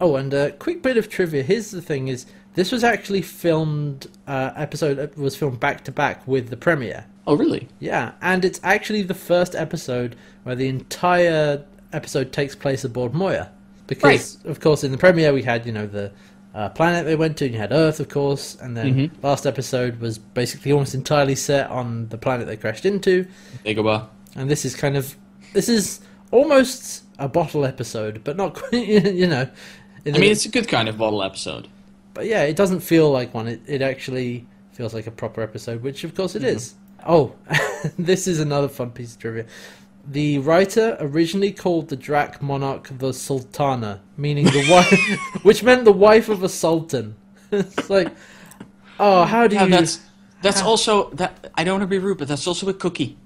Speaker 1: Oh, and a quick bit of trivia. Here's the thing: is this was actually filmed uh, episode was filmed back to back with the premiere.
Speaker 2: Oh really?
Speaker 1: Yeah, and it's actually the first episode where the entire episode takes place aboard Moya. Because, of course, in the premiere we had, you know, the uh, planet they went to, and you had Earth, of course, and then last episode was basically almost entirely set on the planet they crashed into,
Speaker 2: Dagobah.
Speaker 1: and this is kind of. This is almost a bottle episode, but not quite, you know. in
Speaker 2: I mean,
Speaker 1: the-
Speaker 2: it's a good kind of bottle episode.
Speaker 1: but yeah, it doesn't feel like one. It, it actually feels like a proper episode, which of course it
Speaker 2: Mm-hmm.
Speaker 1: is. Oh, this is another fun piece of trivia. The writer originally called the Drac monarch the Sultana, meaning the wife, which meant the wife of a sultan. it's like, oh, how do
Speaker 2: Yeah,
Speaker 1: you?
Speaker 2: that's that's also that. I don't want to be rude, but that's also a cookie.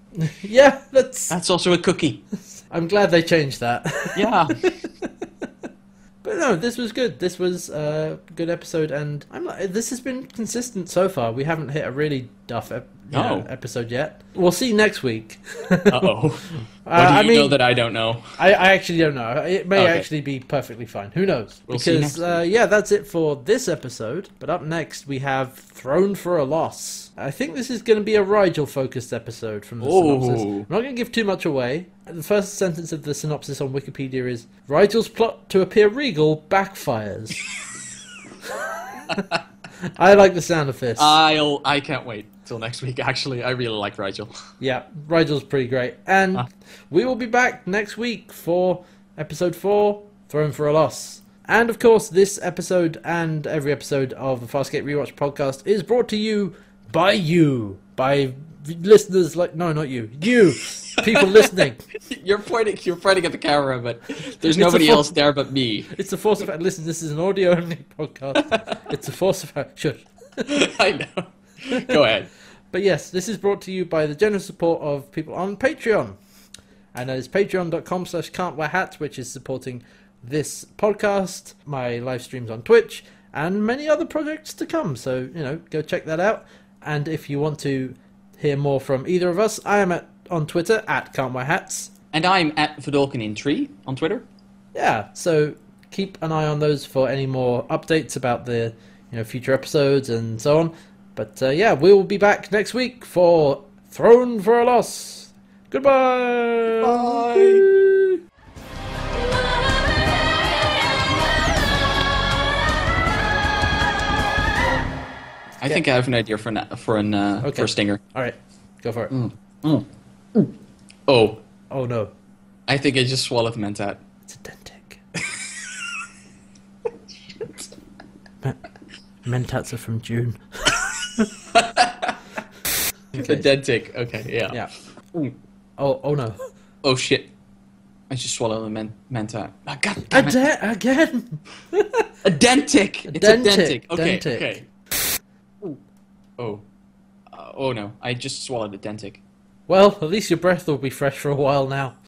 Speaker 1: Yeah, that's.
Speaker 2: That's also a cookie.
Speaker 1: I'm glad they changed that.
Speaker 2: Yeah.
Speaker 1: But no, this was good. This was a good episode, and I'm like, this has been consistent so far. We haven't hit a really duff ep- you know,
Speaker 2: No.
Speaker 1: episode yet. We'll see next week.
Speaker 2: Uh oh. What do you
Speaker 1: I mean-
Speaker 2: know that I don't know?
Speaker 1: I, I actually don't know. It may
Speaker 2: Okay.
Speaker 1: actually be perfectly fine. Who knows?
Speaker 2: We'll see
Speaker 1: because
Speaker 2: next
Speaker 1: uh, yeah, that's it for this episode. But up next, we have Thrown for a Loss. I think this is going to be a Rigel-focused episode from the
Speaker 2: Ooh.
Speaker 1: synopsis. I'm not going to give too much away. The first sentence of the synopsis on Wikipedia is Rigel's plot to appear regal backfires. I like the sound of
Speaker 2: Ah,
Speaker 1: this.
Speaker 2: I'll. I can't wait till next week. Actually, I really like Rigel.
Speaker 1: Yeah, Rigel's pretty great. And we will be back next week for episode four, Thrown for a Loss. And of course, this episode and every episode of the Farscape Rewatch podcast is brought to you by you, by v- listeners like no, not you, you people listening.
Speaker 2: You're pointing. You're pointing at the camera, but there's
Speaker 1: a
Speaker 2: nobody
Speaker 1: full-
Speaker 2: else there but me.
Speaker 1: It's a force of listen. This is an audio only podcast. It's a force of sure.
Speaker 2: I know. Go ahead.
Speaker 1: But yes, this is brought to you by the generous support of people on Patreon. And that is patreon.com slash can't wear hats, which is supporting this podcast, my live streams on Twitch, and many other projects to come. So, you know, go check that out. And if you want to hear more from either of us, I am at, on Twitter at can't wear hats.
Speaker 2: And I'm at Vidalkin in Tree on Twitter.
Speaker 1: Yeah, so keep an eye on those for any more updates about the you know future episodes and so on. But uh, yeah, we will be back next week for Thrown for a Loss. Goodbye.
Speaker 2: Bye. I think I have an idea for an for an uh,
Speaker 1: Okay.
Speaker 2: for a stinger.
Speaker 1: All right, go for it.
Speaker 2: Oh,
Speaker 1: Oh no,
Speaker 2: I think I just swallowed mentat.
Speaker 1: it's a dentic. Men- Mentats are from June.
Speaker 2: The dead tick. Okay, yeah.
Speaker 1: Yeah.
Speaker 2: Ooh.
Speaker 1: Oh oh no.
Speaker 2: Oh shit! I just swallowed a men- mentat. Ah, God
Speaker 1: A
Speaker 2: damn it.
Speaker 1: de- again.
Speaker 2: A dentic.
Speaker 1: dentic,
Speaker 2: It's a dentic. Okay.
Speaker 1: dentic.
Speaker 2: Okay. Ooh. Oh. Uh, oh no! I just swallowed a dentic.
Speaker 1: Well, at least your breath will be fresh for a while now.